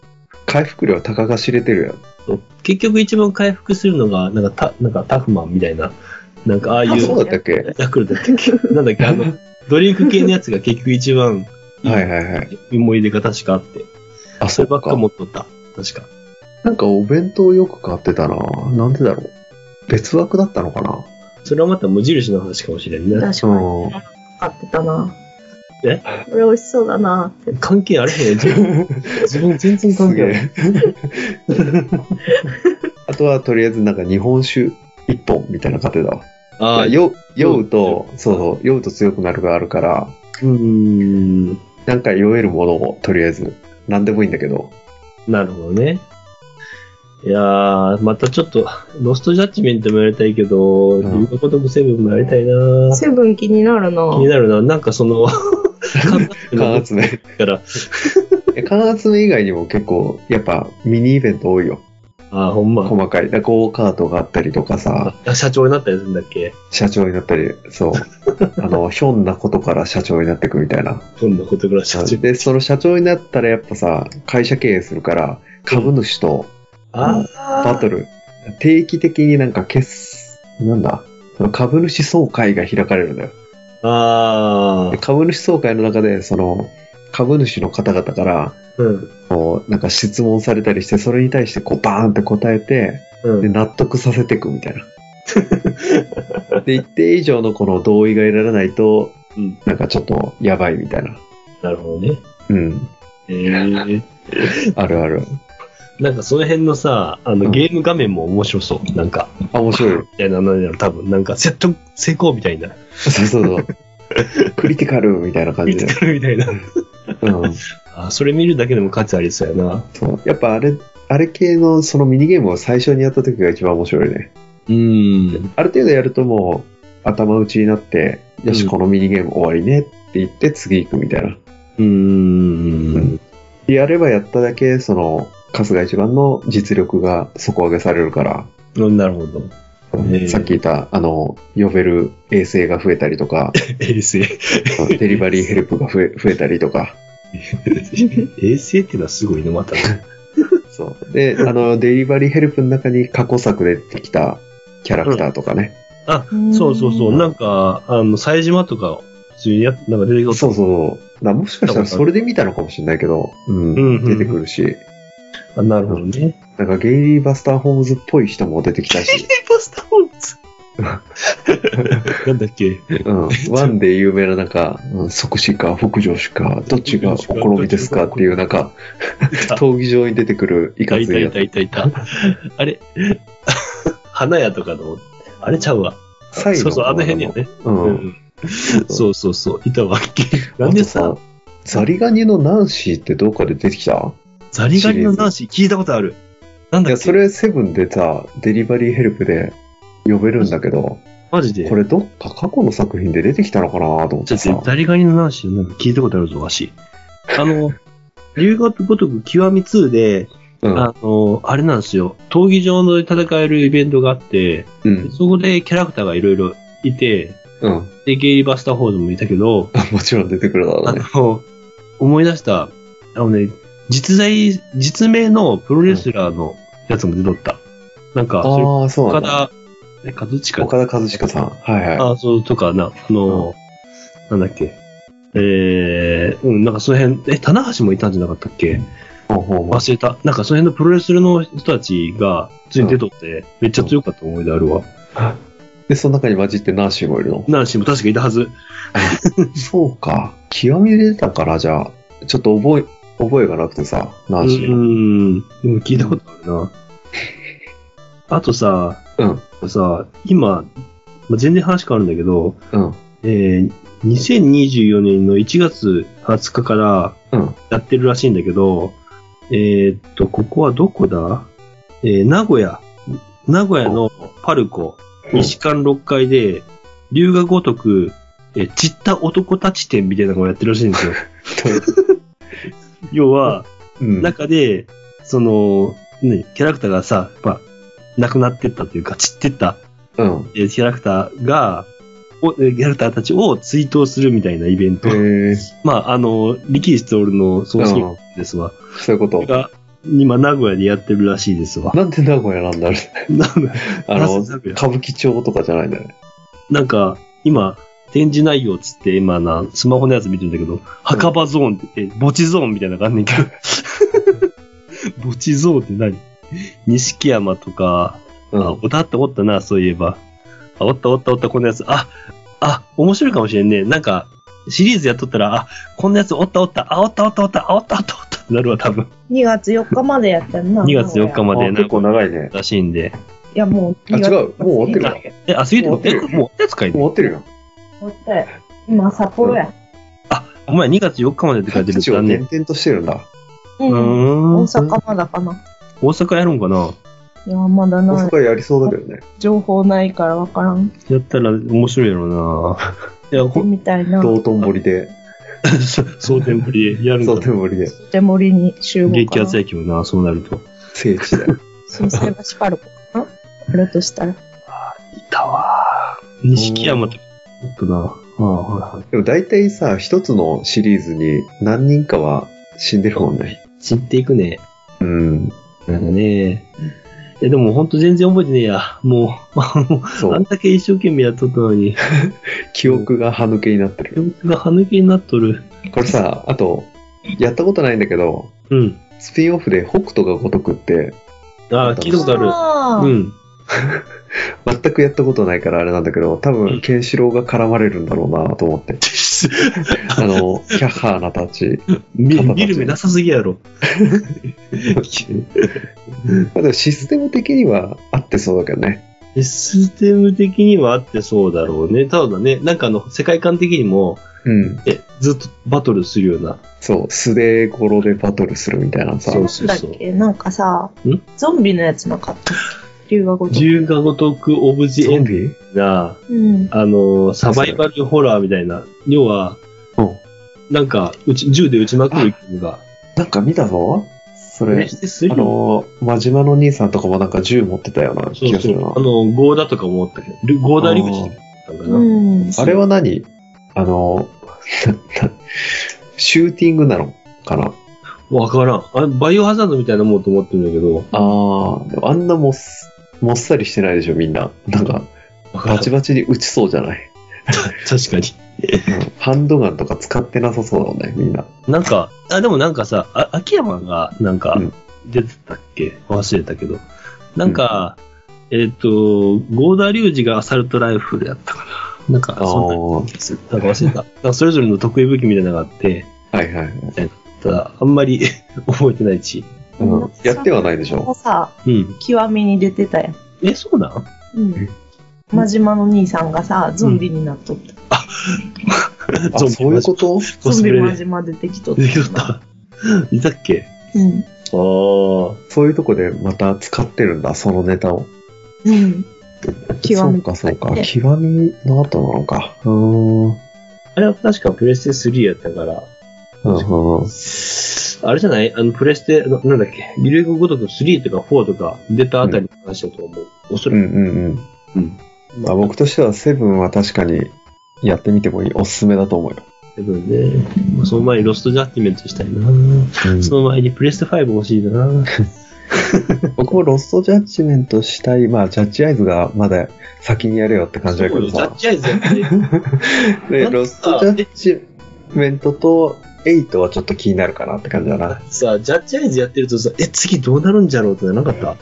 Speaker 1: 回復量たかが知れてるやん
Speaker 2: 結局一番回復するのが、なんかタ、なんかタフマンみたいな。なんか、ああい
Speaker 1: あ
Speaker 3: ん
Speaker 1: そう
Speaker 2: う、
Speaker 1: だったっけ
Speaker 2: ヤクルトだっけなんだっけ、あ (laughs) の、ドリンク系のやつが結局一番い
Speaker 1: はいはいはい
Speaker 2: い思い出が確かあって。
Speaker 1: あ
Speaker 2: そ
Speaker 1: そ
Speaker 2: れ
Speaker 1: う
Speaker 2: ばっか
Speaker 1: か
Speaker 2: 持っとった。確か。
Speaker 1: なんかお弁当よく買ってたななんでだろう別枠だったのかな
Speaker 2: それはまた無印の話かもしれんね。
Speaker 3: 確か
Speaker 1: うん
Speaker 3: に。買ってたな。
Speaker 2: え
Speaker 3: これ美味しそうだなって。
Speaker 2: 関係あれへん。自分 (laughs) 自分全然
Speaker 1: す
Speaker 2: 関係
Speaker 1: げ (laughs)
Speaker 2: あれへん。
Speaker 1: えあとはとりあえずなんか日本酒一本みたいなの買ってたわ
Speaker 2: ああ、
Speaker 1: 酔う酔うとそうそう酔うと強くなるがあるから
Speaker 2: うーん。
Speaker 1: なんか酔えるものをとりあえず何でもいいんだけど
Speaker 2: なるほどね。いやー、またちょっと、ロストジャッジメントもやりたいけど、
Speaker 1: ん
Speaker 2: 龍河如くセブンもやりたいな
Speaker 3: セブン気になるな。
Speaker 2: 気になるな。なんかそ
Speaker 1: (laughs)
Speaker 2: の、感
Speaker 1: 缶
Speaker 2: 覚
Speaker 1: 集 (laughs) め
Speaker 2: から、
Speaker 1: え缶集め以外にも結構やっぱミニイベント多いよ
Speaker 2: あー、ほんま。
Speaker 1: 細かいだからゴーカートがあったりとかさ
Speaker 2: あ社長になったりするんだっけ
Speaker 1: 社長になったり (laughs) そうあのひょんなことから社長になっていくみたいな
Speaker 2: 今度ことぐらい社長。
Speaker 1: でその社長になったらやっぱさ会社経営するから株主と
Speaker 2: あ
Speaker 1: バ
Speaker 3: バ
Speaker 1: ト
Speaker 3: ル。
Speaker 1: ル定期的になんか決なんだその株主総会が開かれるんだよ
Speaker 2: ー、あ
Speaker 1: で
Speaker 2: ー、
Speaker 1: 株主総会の中でその株主の方々から
Speaker 2: うん、
Speaker 1: こうなんか質問されたりしてそれに対してこうバーンって答えて
Speaker 2: う
Speaker 1: で
Speaker 2: ん。
Speaker 1: 納得させていくみたいな。 (laughs) で一定以上のこの同意が得られないと、
Speaker 2: うん
Speaker 1: なんかちょっとやばいみたいな。
Speaker 2: なるほどね。
Speaker 1: うん、
Speaker 2: えー、
Speaker 1: あるある。
Speaker 2: なんかその辺のさ、あ
Speaker 1: う
Speaker 2: の
Speaker 1: ん
Speaker 2: ゲーム画面も面白そう。なんか、
Speaker 1: あ、面白い。
Speaker 2: みたいな、なんだろう、多分、なんか説得成功みたいな。
Speaker 1: そうそう (laughs) そう。クリティカルみたいな感じ
Speaker 2: 見つ
Speaker 1: で。
Speaker 2: かるみたいな。
Speaker 1: うん、
Speaker 2: あそれ見るだけでも価値ありそうやな。
Speaker 1: そうやっぱあれ、あれ系のそのミニゲームを最初にやった時が一番面白いね。
Speaker 2: うん。
Speaker 1: ある程度やるともう頭打ちになって、よし、
Speaker 2: うん
Speaker 1: このミニゲーム終わりねって言って次行くみたいな。
Speaker 2: うん。
Speaker 1: やればやっただけ、その、春日一番の実力が底上げされるから、
Speaker 2: なるほど。 (laughs) ええ
Speaker 1: さっき言った、あの、呼べる
Speaker 2: (laughs)
Speaker 1: 衛星が増えたりとか、
Speaker 2: 衛星。
Speaker 1: デリバリーヘルプが増え増えたりとか、
Speaker 2: 衛生っていうのはすごいね、またね。
Speaker 1: そう。で、あの、デリバリーヘルプの中に過去作で出てきたキャラクターとかね。
Speaker 2: あ、そうそうそう。なんか、あの、冴島とか、普通にや、なんか出てきた。
Speaker 1: そうそう。なもしかしたらそれで見たのかもしれないけど、うん、
Speaker 2: うんうん
Speaker 1: 出てくるし、
Speaker 2: あなるほどね。
Speaker 1: なんかゲイリー・バスター・ホームズっぽい人も出てきた
Speaker 2: (laughs)
Speaker 1: し、
Speaker 3: ポスターホンツ。
Speaker 2: なんだっけ。
Speaker 1: うん、ワンで有名ななんか、うん即死か北上死か、どっちがお好みですかっていうなんか、闘技場に出てくるいか
Speaker 2: い
Speaker 1: つ
Speaker 2: た
Speaker 1: い
Speaker 2: い
Speaker 1: や
Speaker 2: た
Speaker 1: つ。
Speaker 2: いたいた。あれ (laughs) 花屋とかの、あれちゃうわ。
Speaker 1: サイ
Speaker 2: そうそう、あの辺やね。
Speaker 1: うん。
Speaker 2: そうそうそう、いたわけ。なんでさ、
Speaker 1: ザリガニのナンシーってどうかで出てきた
Speaker 2: ザリガニの男子聞いたことある。なん
Speaker 1: い
Speaker 2: だっ
Speaker 1: や、
Speaker 2: け
Speaker 1: それセブンでさ、デリバリーヘルプで呼べるんだけど、
Speaker 2: マジで。
Speaker 1: これどっか過去の作品で出てきたのかなと思っ
Speaker 2: ちょ
Speaker 1: て
Speaker 2: っと
Speaker 1: さ。
Speaker 2: ザリガニの話なんか聞いたことあるぞ、わし。あ (laughs) の、竜がごとく極み2で、
Speaker 1: うん。
Speaker 2: あの、あれなんですよ、闘技場で戦えるイベントがあって、
Speaker 1: うん。
Speaker 2: そこでキャラクターがいろいろいて、
Speaker 1: うん。 (laughs)
Speaker 2: で、ゲイリーバスターフォードもいたけど、
Speaker 1: もちろん出てくるだろ
Speaker 2: あ
Speaker 1: うね。
Speaker 2: の、思い出した、あのね、実在、実名のプロレスラーのやつも出とった。なんか、それ
Speaker 1: ああ、そうな
Speaker 2: 岡
Speaker 1: んだ。
Speaker 2: 田、え、和親
Speaker 1: 岡田和親さん。はいは
Speaker 2: あ、そう、とかな、あの、なんだっけ。えー、うん、なんかその辺、え、棚橋もいたんじゃなかったっけ
Speaker 1: い。ほうほうほう
Speaker 2: 忘れた。なんかその辺のプロレスの人たちが、普通に出とって、めっちゃ強かった思い出あるわ。
Speaker 1: で、その中に混じってナンシーもいるの。
Speaker 2: ナンシーも確かいたはず。
Speaker 1: そうか。極みで出たから、じゃあ、ちょっと覚え、覚えがなくてさ、ナ
Speaker 2: う
Speaker 1: ンシー。
Speaker 2: ん、でも聞いたことあ
Speaker 1: (laughs)
Speaker 2: るな。あとさ、
Speaker 1: うん。
Speaker 2: さ、今、まあ全然話変わるんだけど、
Speaker 1: うん。
Speaker 2: えー、2024年の1月20日から、
Speaker 1: うん。
Speaker 2: やってるらしいんだけど、えーっと、ここはどこだえー名古屋。名古屋のパルコ、
Speaker 1: うん
Speaker 2: 西館6階で、龍が如く、えー散った男たち展みたいなのをやってるらしいん
Speaker 1: (laughs)
Speaker 2: ですよ。要は、
Speaker 1: うん。
Speaker 2: 中で、その、ね、キャラクターがさ、まあ、亡くなってったというか、散ってった、
Speaker 1: うん。
Speaker 2: えーキャラクターが、おえーキャラクターたちを追悼するみたいなイベント。
Speaker 1: へえ。
Speaker 2: まあ、あの、力士徹の葬式
Speaker 1: うん
Speaker 2: ですわ。
Speaker 1: そういうこと。
Speaker 2: が今、名古屋でやってるらしいですわ。
Speaker 1: なんで名古屋なんだろう。
Speaker 2: なな
Speaker 1: (laughs) あ
Speaker 2: なぜ
Speaker 1: の、
Speaker 2: 名古屋
Speaker 1: 歌舞伎町とかじゃないんだね。
Speaker 2: なんか、今、展示内容っつって、今な、スマホのやつ見てるんだけど、墓場ゾーンって、墓地ゾーンみたいなのがあんねんけど。 (laughs) 墓地ゾーンって何錦山とか、
Speaker 1: う
Speaker 2: あ
Speaker 1: ん。
Speaker 2: おったあったおったな、そういえば。あ、おったおったおった、こんなやつ。あ、あ、面白いかもしれんね。なんか、シリーズやっとったら、あ、こんなやつおったおった、あ、おったおったおった、あ、おったおったおったってなるわ、多分。
Speaker 3: 2月4日までやってんな。
Speaker 2: 2月4日まで
Speaker 1: あ
Speaker 2: な
Speaker 1: 結構長いね。
Speaker 2: らしいんで。
Speaker 3: いや、もう。
Speaker 1: あ違うもう終わってるわ
Speaker 3: 終
Speaker 2: え、あ、過ぎても、
Speaker 1: 終
Speaker 2: え、
Speaker 1: わ
Speaker 2: も
Speaker 1: ってる
Speaker 2: う終わったやつかい
Speaker 1: 終わってるよ。
Speaker 3: わったよ今、札幌や。
Speaker 2: お前2月4日までって書いて
Speaker 1: 各
Speaker 2: るん
Speaker 1: 地
Speaker 2: だ
Speaker 1: を
Speaker 2: ね。
Speaker 1: 転々としてるんだ。
Speaker 2: う
Speaker 3: うん。
Speaker 2: ー
Speaker 3: 大
Speaker 2: ん。
Speaker 3: 阪まだかな。
Speaker 2: 大阪やるんかない
Speaker 3: や、まだ
Speaker 1: 大
Speaker 3: ない。
Speaker 1: 阪やりそうだけどね。
Speaker 3: 情報ないからわからん。
Speaker 2: やったら面白いやろないや、ほん、 (laughs)
Speaker 3: みたいな。
Speaker 1: 道頓堀で。
Speaker 2: 蒼天ぶりやるん
Speaker 1: 道
Speaker 2: かな
Speaker 1: 頓堀で。
Speaker 3: で森に集合かな。
Speaker 2: 激アツやけどな、そうなると。
Speaker 1: 聖地で。
Speaker 3: そうすればシパルコかなあれとしたら。
Speaker 2: いたわ錦山とか。ちょっとな。ああ、はいは
Speaker 1: (laughs)
Speaker 2: い。
Speaker 1: でも大体さ、一つのシリーズに何人かは死んでるもんね。
Speaker 2: 散っていくね。
Speaker 1: うん。
Speaker 2: なんかね。え、でもほんと全然覚えてねえや。もう、
Speaker 1: そ
Speaker 2: (laughs) あん
Speaker 1: う。
Speaker 2: だけ一生懸命やっとったのに、 (laughs)
Speaker 1: 記憶が歯抜けになってる。
Speaker 2: 記憶が歯抜けになっとる。
Speaker 1: これさ、あと、やったことないんだけど、
Speaker 2: うん。
Speaker 1: スピンオフで北斗が如くって、
Speaker 2: ああ、聞いたことある。う
Speaker 3: る。
Speaker 2: ん。
Speaker 1: 全くやったことないからあれなんだけど、多分、ケンシロウが絡まれるんだろうなと思って。あの、キャッハーなたち。
Speaker 2: 見
Speaker 1: 肩立ち
Speaker 2: 見る目なさすぎやろ。
Speaker 1: (laughs) まあ、でもシステム的には合ってそうだけどね。
Speaker 2: システム的にはあってそうだろうね。ただね、なんかあの、世界観的にも、
Speaker 1: うん。
Speaker 2: え、ずっとバトルするような。
Speaker 1: そう、素手ゴロでバトルするみたいなさ。
Speaker 2: そう
Speaker 3: なんだっけなんかさ
Speaker 2: ん、
Speaker 3: ゾンビのやつなかった。龍河ごとく。
Speaker 2: 自由が如くオブジ
Speaker 1: ゾ
Speaker 2: エ
Speaker 1: ン
Speaker 2: ンド
Speaker 1: ビ
Speaker 2: な、
Speaker 3: うん。
Speaker 2: あの、サバイバルホラーみたいな。要は、
Speaker 1: うん
Speaker 2: なんか、うち、銃で撃ちまくるゲームが。
Speaker 1: なんか見たぞ。そ
Speaker 2: プレ
Speaker 1: れ、
Speaker 2: ステ3
Speaker 1: あの、真島の兄さんとかもなんか銃持ってたような
Speaker 2: そ
Speaker 1: 気
Speaker 2: う
Speaker 1: がす
Speaker 2: そ
Speaker 1: る
Speaker 2: う。
Speaker 1: な
Speaker 2: あ。の、ゴーダとかもおったけど、ルゴーダリブチだったんかな。
Speaker 3: うん。
Speaker 1: (laughs) あれは何あの、ななシューティングなのかな。
Speaker 2: わからん。あバイオハザードみたいなもんと思ってるんだけど。
Speaker 1: ああ、でもあんなもっすもっさりしてないでしょ、みんな。なんか、
Speaker 2: わからん
Speaker 1: バチバチに打ちそうじゃ (laughs) ない。
Speaker 2: 確かに。
Speaker 1: うんハンドガンとか使ってなさそうだもんね、みんな。
Speaker 2: なんか、あ、でもなんかさ、あ秋山がなんか
Speaker 1: うん
Speaker 2: 出てたっけ、忘れたけど。なんか、えっ、と、ゴーダー隆二がアサルトライフルやったかな。なんか、
Speaker 1: ああ
Speaker 2: そんな
Speaker 1: ー、
Speaker 2: なんか忘れた。なんかそれぞれの得意武器みたいなのがあって、
Speaker 1: はいはい。
Speaker 2: ただ、あんまり (laughs) 覚えてないし。
Speaker 1: うん、やってはないでし
Speaker 3: も
Speaker 1: ょ。
Speaker 3: うさ、
Speaker 2: うん。
Speaker 3: 極みに出てたやん。
Speaker 2: え、そうなん
Speaker 3: うん。真島の兄さんがさ、ゾンビになっとった。
Speaker 1: あ、そういうこと
Speaker 2: コ
Speaker 3: ゾ
Speaker 2: スプ
Speaker 3: ンビ
Speaker 2: レ
Speaker 3: 真
Speaker 2: で。
Speaker 3: 島出てきとった
Speaker 2: できとった。 (laughs) いたっけ
Speaker 3: う
Speaker 2: あ
Speaker 3: ん。
Speaker 2: あ。
Speaker 1: そういうとこでまた使ってるんだ、そのネタを。
Speaker 3: うん。極
Speaker 1: そう
Speaker 3: み。
Speaker 1: か、そうか。
Speaker 3: ね
Speaker 1: 極みの後なのか。うーん。うん
Speaker 2: あれは確かプレステ3やったから。
Speaker 1: うんうん
Speaker 2: あれじゃないあの、プレステ、ななんだっけ、ビルエゴごとく3とか4とか出たあたりの話だと思う。おそ
Speaker 1: うん
Speaker 2: らく。
Speaker 1: うん
Speaker 2: うん。
Speaker 1: うん。まあ、僕としては、セブンは確かにやってみてもいい。おすすめだと思うよ。
Speaker 2: 多分ね、まあその前にロストジャッジメントしたいな、
Speaker 1: うん
Speaker 2: その前にプレステ5欲しいな
Speaker 1: 僕もロストジャッジメントしたい。まあ、ジャッジアイズがまだ先にやれよって感じだけ
Speaker 2: そう
Speaker 1: ど
Speaker 2: よジャ
Speaker 1: さ
Speaker 2: ッ。ジアイズやって。
Speaker 1: で、
Speaker 2: なんか
Speaker 1: ロストジャッジメントと8はちょっと気になるかなって感じだな。
Speaker 2: さあ、ジャッジアイズやってるとさ、え、次どうなるんじゃろうってならなかった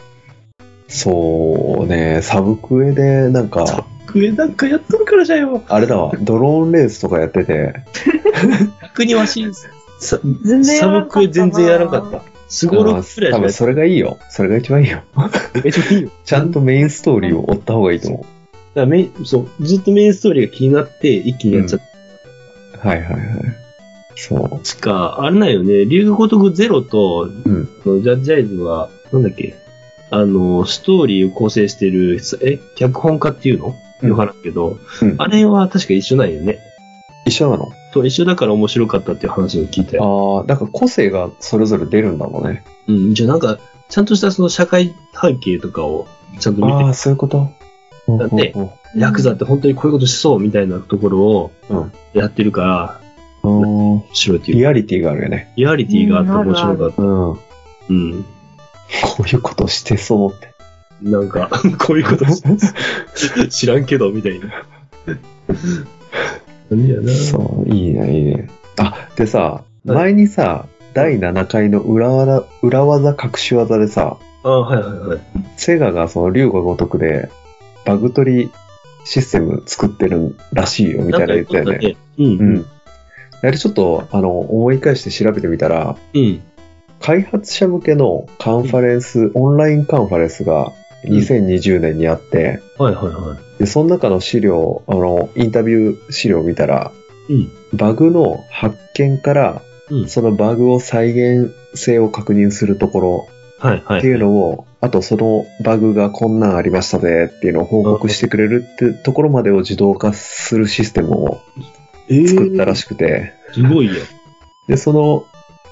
Speaker 1: そうね、サブクエで、なんか、
Speaker 2: クエなんかやっとるからじゃよ。
Speaker 1: あれだわ、ドローンレースとかやってて、
Speaker 2: 逆にわし、さ
Speaker 3: 全然や
Speaker 2: サ
Speaker 3: ら
Speaker 2: ブ
Speaker 3: んかった
Speaker 2: ク
Speaker 3: な
Speaker 2: エ全然やらなかった。スゴロクくらい
Speaker 1: 多分
Speaker 2: しか
Speaker 1: それがいいよ。それが一番いいよ。
Speaker 2: やってないよ。
Speaker 1: ちゃんとメインストーリーを追った方がいいと思
Speaker 2: だからメインそう、ずっとメインストーリーが気になって、一気にやっちゃった
Speaker 1: う。はいはいはい。そう。
Speaker 2: 確か、あれなんよね、竜が如くゼロと、
Speaker 1: うん
Speaker 2: あのジャッジアイズは、なんだっけ、あの、ストーリーを構成してる、え、脚本家っていうの
Speaker 1: うん
Speaker 2: よかなんけど、
Speaker 1: うん
Speaker 2: あれは確か一緒なんよね。
Speaker 1: 一緒なの
Speaker 2: と一緒だから面白かったっていう話を聞いたよ。
Speaker 1: ああ、だから個性がそれぞれ出るんだもんね。
Speaker 2: うん、じゃあなんか、ちゃんとしたその社会背景とかをちゃんと見
Speaker 1: あ
Speaker 2: て、
Speaker 1: あ、そういうこと。
Speaker 2: だって
Speaker 1: ほうほ
Speaker 2: ヤクザって本当にこういうことしそうみたいなところを
Speaker 1: うん
Speaker 2: やってるか
Speaker 1: う
Speaker 2: ら、
Speaker 1: ほうあ
Speaker 2: 面白いって
Speaker 1: ー
Speaker 2: いう。
Speaker 1: リアリティがあるよね。
Speaker 2: リアリティがあって面白かった。
Speaker 1: うん。こ
Speaker 2: うん。
Speaker 1: ういうことしてそうって。
Speaker 2: なんか、 (laughs) こういうことし (laughs) 知らんけど、みたいな。なんでや
Speaker 1: (laughs)
Speaker 2: な。
Speaker 1: そう、いいね、いいね。あ、でさ、
Speaker 2: はい
Speaker 1: 前にさ、第7回の裏技、裏技隠し技でさ、
Speaker 2: あはいはいはい。
Speaker 1: セガがその竜が如くで、バグ取りシステム作ってるらしいよ、みたいなの言ってたよね。
Speaker 2: うん
Speaker 1: う
Speaker 2: うん
Speaker 1: ん。あれちょっと、あの、思い返して調べてみたら、
Speaker 2: うん。
Speaker 1: 開発者向けのカンファレンス、オンラインカンファレンスが2020年にあって、
Speaker 2: はいはいは
Speaker 1: で、その中の資料、あの、インタビュー資料を見たら、
Speaker 2: い。うん。
Speaker 1: バグの発見から、
Speaker 2: うん
Speaker 1: そのバグを再現性を確認するところ
Speaker 2: はいはい。
Speaker 1: っていうのを、あとそのバグがこんなんありましたぜっていうのを報告してくれるってところまでを自動化するシステムを作ったらしくて、
Speaker 2: えーすごいよ。
Speaker 1: で、その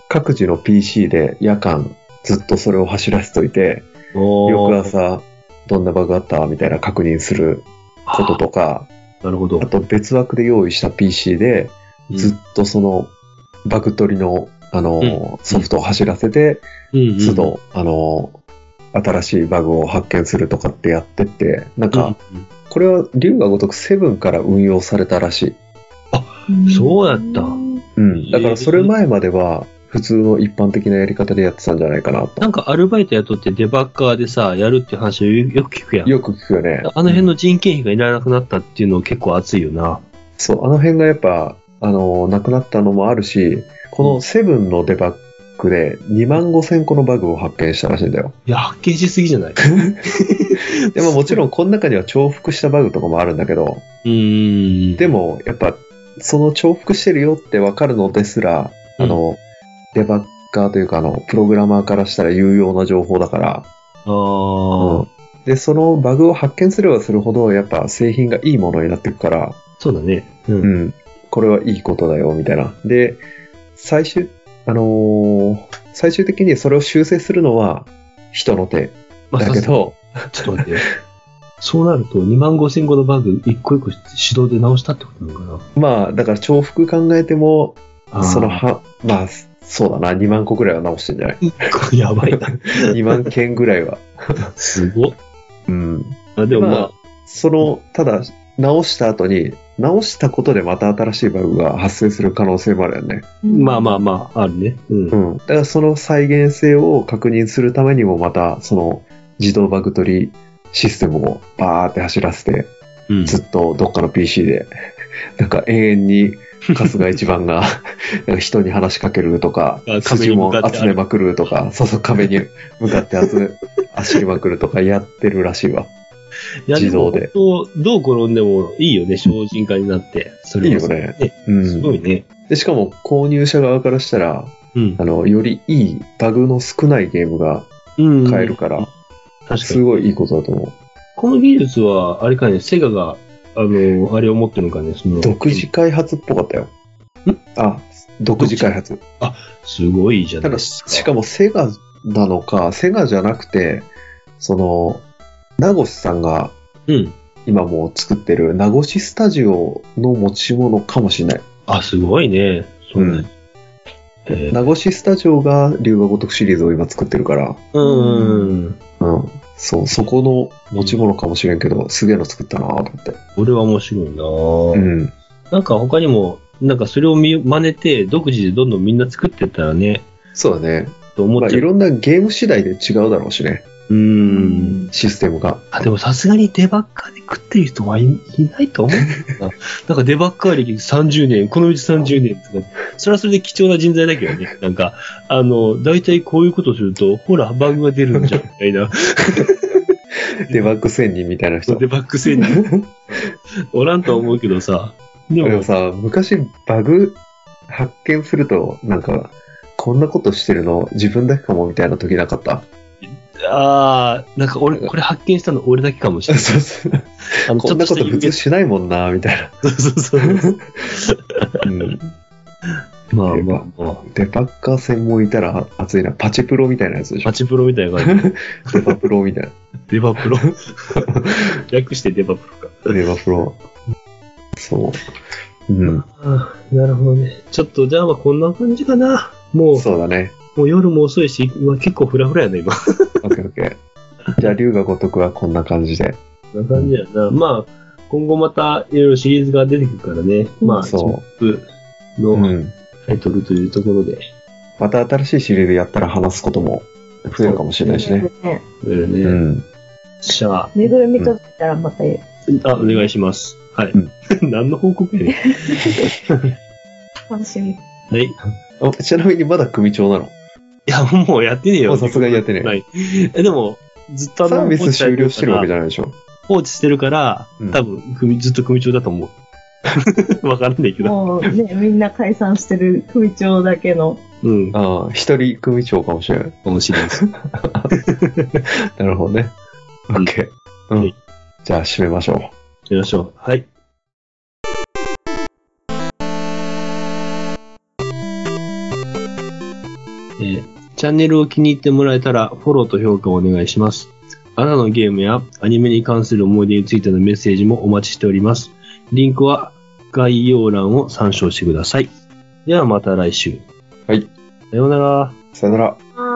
Speaker 1: 各自の PC で夜間ずっとそれを走らせといて、翌
Speaker 2: よ
Speaker 1: 朝どんなバグあったみたいな確認することとか、
Speaker 2: なるほど
Speaker 1: あ。と別枠で用意した PC で、ずっとそのバグ取りの、あの、ソフトを走らせて、
Speaker 2: うん
Speaker 1: 都度、あの、新しいバグを発見するとかってやってって、なん
Speaker 2: うんう
Speaker 1: か
Speaker 2: ん、
Speaker 1: これは竜が如く7から運用されたらしい。
Speaker 2: そうやった
Speaker 1: うん。だからそれ前までは、普通の一般的なやり方でやってたんじゃないかなと。
Speaker 2: なんかアルバイト雇ってデバッカーでさ、やるって話をよく聞くやん。
Speaker 1: よく聞くよね。
Speaker 2: あの辺の人件費がいらなくなったっていうの結構熱いよな。
Speaker 1: そう、あの辺がやっぱ、あの、なくなったのもあるし、この7のデバッグで2万5千個のバグを発見したらしいんだよ。
Speaker 2: いや、発見しすぎじゃ
Speaker 1: (laughs)
Speaker 2: ない
Speaker 1: でももちろんこの中には重複したバグとかもあるんだけど、
Speaker 2: うーん。
Speaker 1: でも、やっぱ、その重複してるよってわかるのですら、
Speaker 2: うん
Speaker 1: あの、デバッカーというか、あの、プログラマーからしたら有用な情報だから、
Speaker 2: ああ、
Speaker 1: うんで、そのバグを発見すればするほど、やっぱ製品がいいものになっていくから、
Speaker 2: そうだね。う。
Speaker 1: うんん、これはいいことだよ、みたいな。で、最終、あのー最終的にそれを修正するのは人の手
Speaker 2: まあ
Speaker 1: だけど、
Speaker 2: ちょっと待って。そうなると、2万5千個のバグ、一個一個手動で直したってことなのか
Speaker 1: まあ、だから重複考えても、
Speaker 2: な
Speaker 1: そのは、まあ、そうだな、2万個ぐらいは直してんじゃない
Speaker 2: やばいな。
Speaker 1: ?2 万件ぐらいは。
Speaker 2: すごっ。
Speaker 1: うん。
Speaker 2: あでもまあ、
Speaker 1: その、ただ、直した後に、直したことでまた新しいバグが発生する可能性もあるよね。
Speaker 2: まあまあまあ、あるね。うん。
Speaker 1: う
Speaker 2: あ
Speaker 1: ん。だからその再現性を確認するためにも、また、その、自動バグ取りシステムをバーって走らせて、ずっとどっかの PC で、 (laughs) なんか永遠に春日一番が (laughs) なんか人に話しかけるとか
Speaker 2: あ、壁
Speaker 1: 筋
Speaker 2: に向
Speaker 1: も
Speaker 2: かって
Speaker 1: 集めまくるとか、そうそう壁に向かって集め、走りまくるとかやってるらしいわ。
Speaker 2: いや
Speaker 1: 自動で。
Speaker 2: も本当どう転んでもいいよね、精進化になって。そ
Speaker 1: いい
Speaker 2: れは
Speaker 1: よね。う
Speaker 2: すご
Speaker 1: ん。
Speaker 2: いね。
Speaker 1: で、しかも購入者側からしたら、
Speaker 2: うん
Speaker 1: あ。の、よりいいバグの少ないゲームが
Speaker 2: うん
Speaker 1: 買えるから、
Speaker 2: 確か
Speaker 1: す
Speaker 2: に。
Speaker 1: ごいいいことだと思
Speaker 2: この技術は、あれかね、セガが、あの、あれを持ってるのかね、その。
Speaker 1: う。独自開発っぽかったよ。あ、独自開発。
Speaker 2: すごいじゃな
Speaker 1: た
Speaker 2: いで
Speaker 1: だ、
Speaker 2: すか。
Speaker 1: しかもセガなのか、セガじゃなくて、その、名越さんが
Speaker 2: うん。
Speaker 1: 今もう作ってる名越スタジオの持ち物かもしれない。
Speaker 2: あ、すごいね。そうね。えー
Speaker 1: 名越スタジオが龍が如くシリーズを今作ってるから、
Speaker 2: うん。
Speaker 1: うん。そう、そこの持ち物かもしれんけど、すげえの作ったなと思って。
Speaker 2: これは面白いなぁ
Speaker 1: うん。
Speaker 2: なんか他にも、なんかそれを見真似て、独自でどんどんみんな作ってったらね、
Speaker 1: そうだね。
Speaker 2: と思
Speaker 1: ま
Speaker 2: っ
Speaker 1: あ、
Speaker 2: ちゃ。
Speaker 1: いうろんなゲーム次第で違うだろうしね、
Speaker 2: う。。
Speaker 3: うん
Speaker 1: システムが。
Speaker 2: あ、でもさすがにデバッカーで食ってる人はいいないと思うな。 (laughs) なんかデバッカー歴30年、このうち30年とか、それはそれで貴重な人材だけどね。なんか、あの、大体こういうことすると、ほら、バグが出るんじゃん、み
Speaker 1: (laughs)
Speaker 2: たいな。
Speaker 1: デバッグ1000人みたいな人。
Speaker 2: デバッグ戦に。おらんとは思うけどさ。で
Speaker 1: で
Speaker 2: も
Speaker 1: も、さ、昔バグ発見すると、なんか、こんなことしてるの自分だけかもみたいな時なかった。
Speaker 2: あー、なんか俺、これ発見したの俺だけかもしれない。
Speaker 1: そうそう
Speaker 2: あの
Speaker 1: こんなこと
Speaker 2: ちょ
Speaker 1: 普
Speaker 2: っした
Speaker 1: 通しないもんな、みたいな。
Speaker 2: そうそうそう。
Speaker 1: うん、
Speaker 2: まあまあまあ。
Speaker 1: デバッカー専門いたら熱いな。パチプロみたいなやつでしょ
Speaker 2: マ。チプロみたいな感じ。
Speaker 1: デバプロみたい
Speaker 2: デ
Speaker 1: (laughs)
Speaker 2: バプロ。略してデバプロか。
Speaker 1: な。デバプロ。そう。うん。
Speaker 2: ああ、なるほどね。ちょっと、じゃあまあこんな感じかな。もう、
Speaker 1: そうだね。
Speaker 2: もう夜も遅いし、まあ、結構フラフラやね、今。
Speaker 1: オッケーオッケー。じゃあ、龍が如くはこんな感じで。
Speaker 2: こんな感じやな。まあ、今後またいろいろシリーズが出てくるからね。まあ、
Speaker 1: そ
Speaker 2: トップ
Speaker 1: う。う
Speaker 2: の
Speaker 1: ん。
Speaker 2: タイトルというところで、
Speaker 1: また新しいシリーズやったら話すことも増えるかもしれないしね。
Speaker 3: ね。
Speaker 2: うね、
Speaker 1: うん。
Speaker 2: じゃあ、
Speaker 3: めぐるみとったらまた言う。
Speaker 2: あ、お願いします。はい。
Speaker 1: うん
Speaker 2: (laughs) 何の報告やね
Speaker 3: 楽しみ。
Speaker 2: ん。
Speaker 1: (laughs)
Speaker 2: はい。い
Speaker 1: あちなみにまだ組長なの
Speaker 2: や、もうやってねえよ。
Speaker 1: もうさすがにやってねえ
Speaker 2: ない。え、でも、ずっと
Speaker 1: サービス終了してるわけじ
Speaker 2: ゃ
Speaker 1: ゃないでしょ。
Speaker 2: 放置してるから
Speaker 1: う、ん
Speaker 2: 多分、組、ずっと組長だと思う。 (laughs) わからんないけど。
Speaker 3: もうね、みんな解散してる組長だけの。
Speaker 2: うん。か
Speaker 1: ああ、一人組長かもしれない。
Speaker 2: もしれないです。
Speaker 1: なるほどね。オ
Speaker 2: うん
Speaker 1: ッケー。う
Speaker 2: は
Speaker 1: ん
Speaker 2: い。
Speaker 1: じゃあ、締めましょう。
Speaker 2: やりましょう。はい。えーチャンネルを気に入ってもらえたらフォローと評価をお願いします。あなたのゲームやアニメに関する思い出についてのメッセージもお待ちしております。リンクは概要欄を参照してください。ではまた来週。
Speaker 1: はい。
Speaker 2: さようなら。
Speaker 1: さよなら。
Speaker 3: は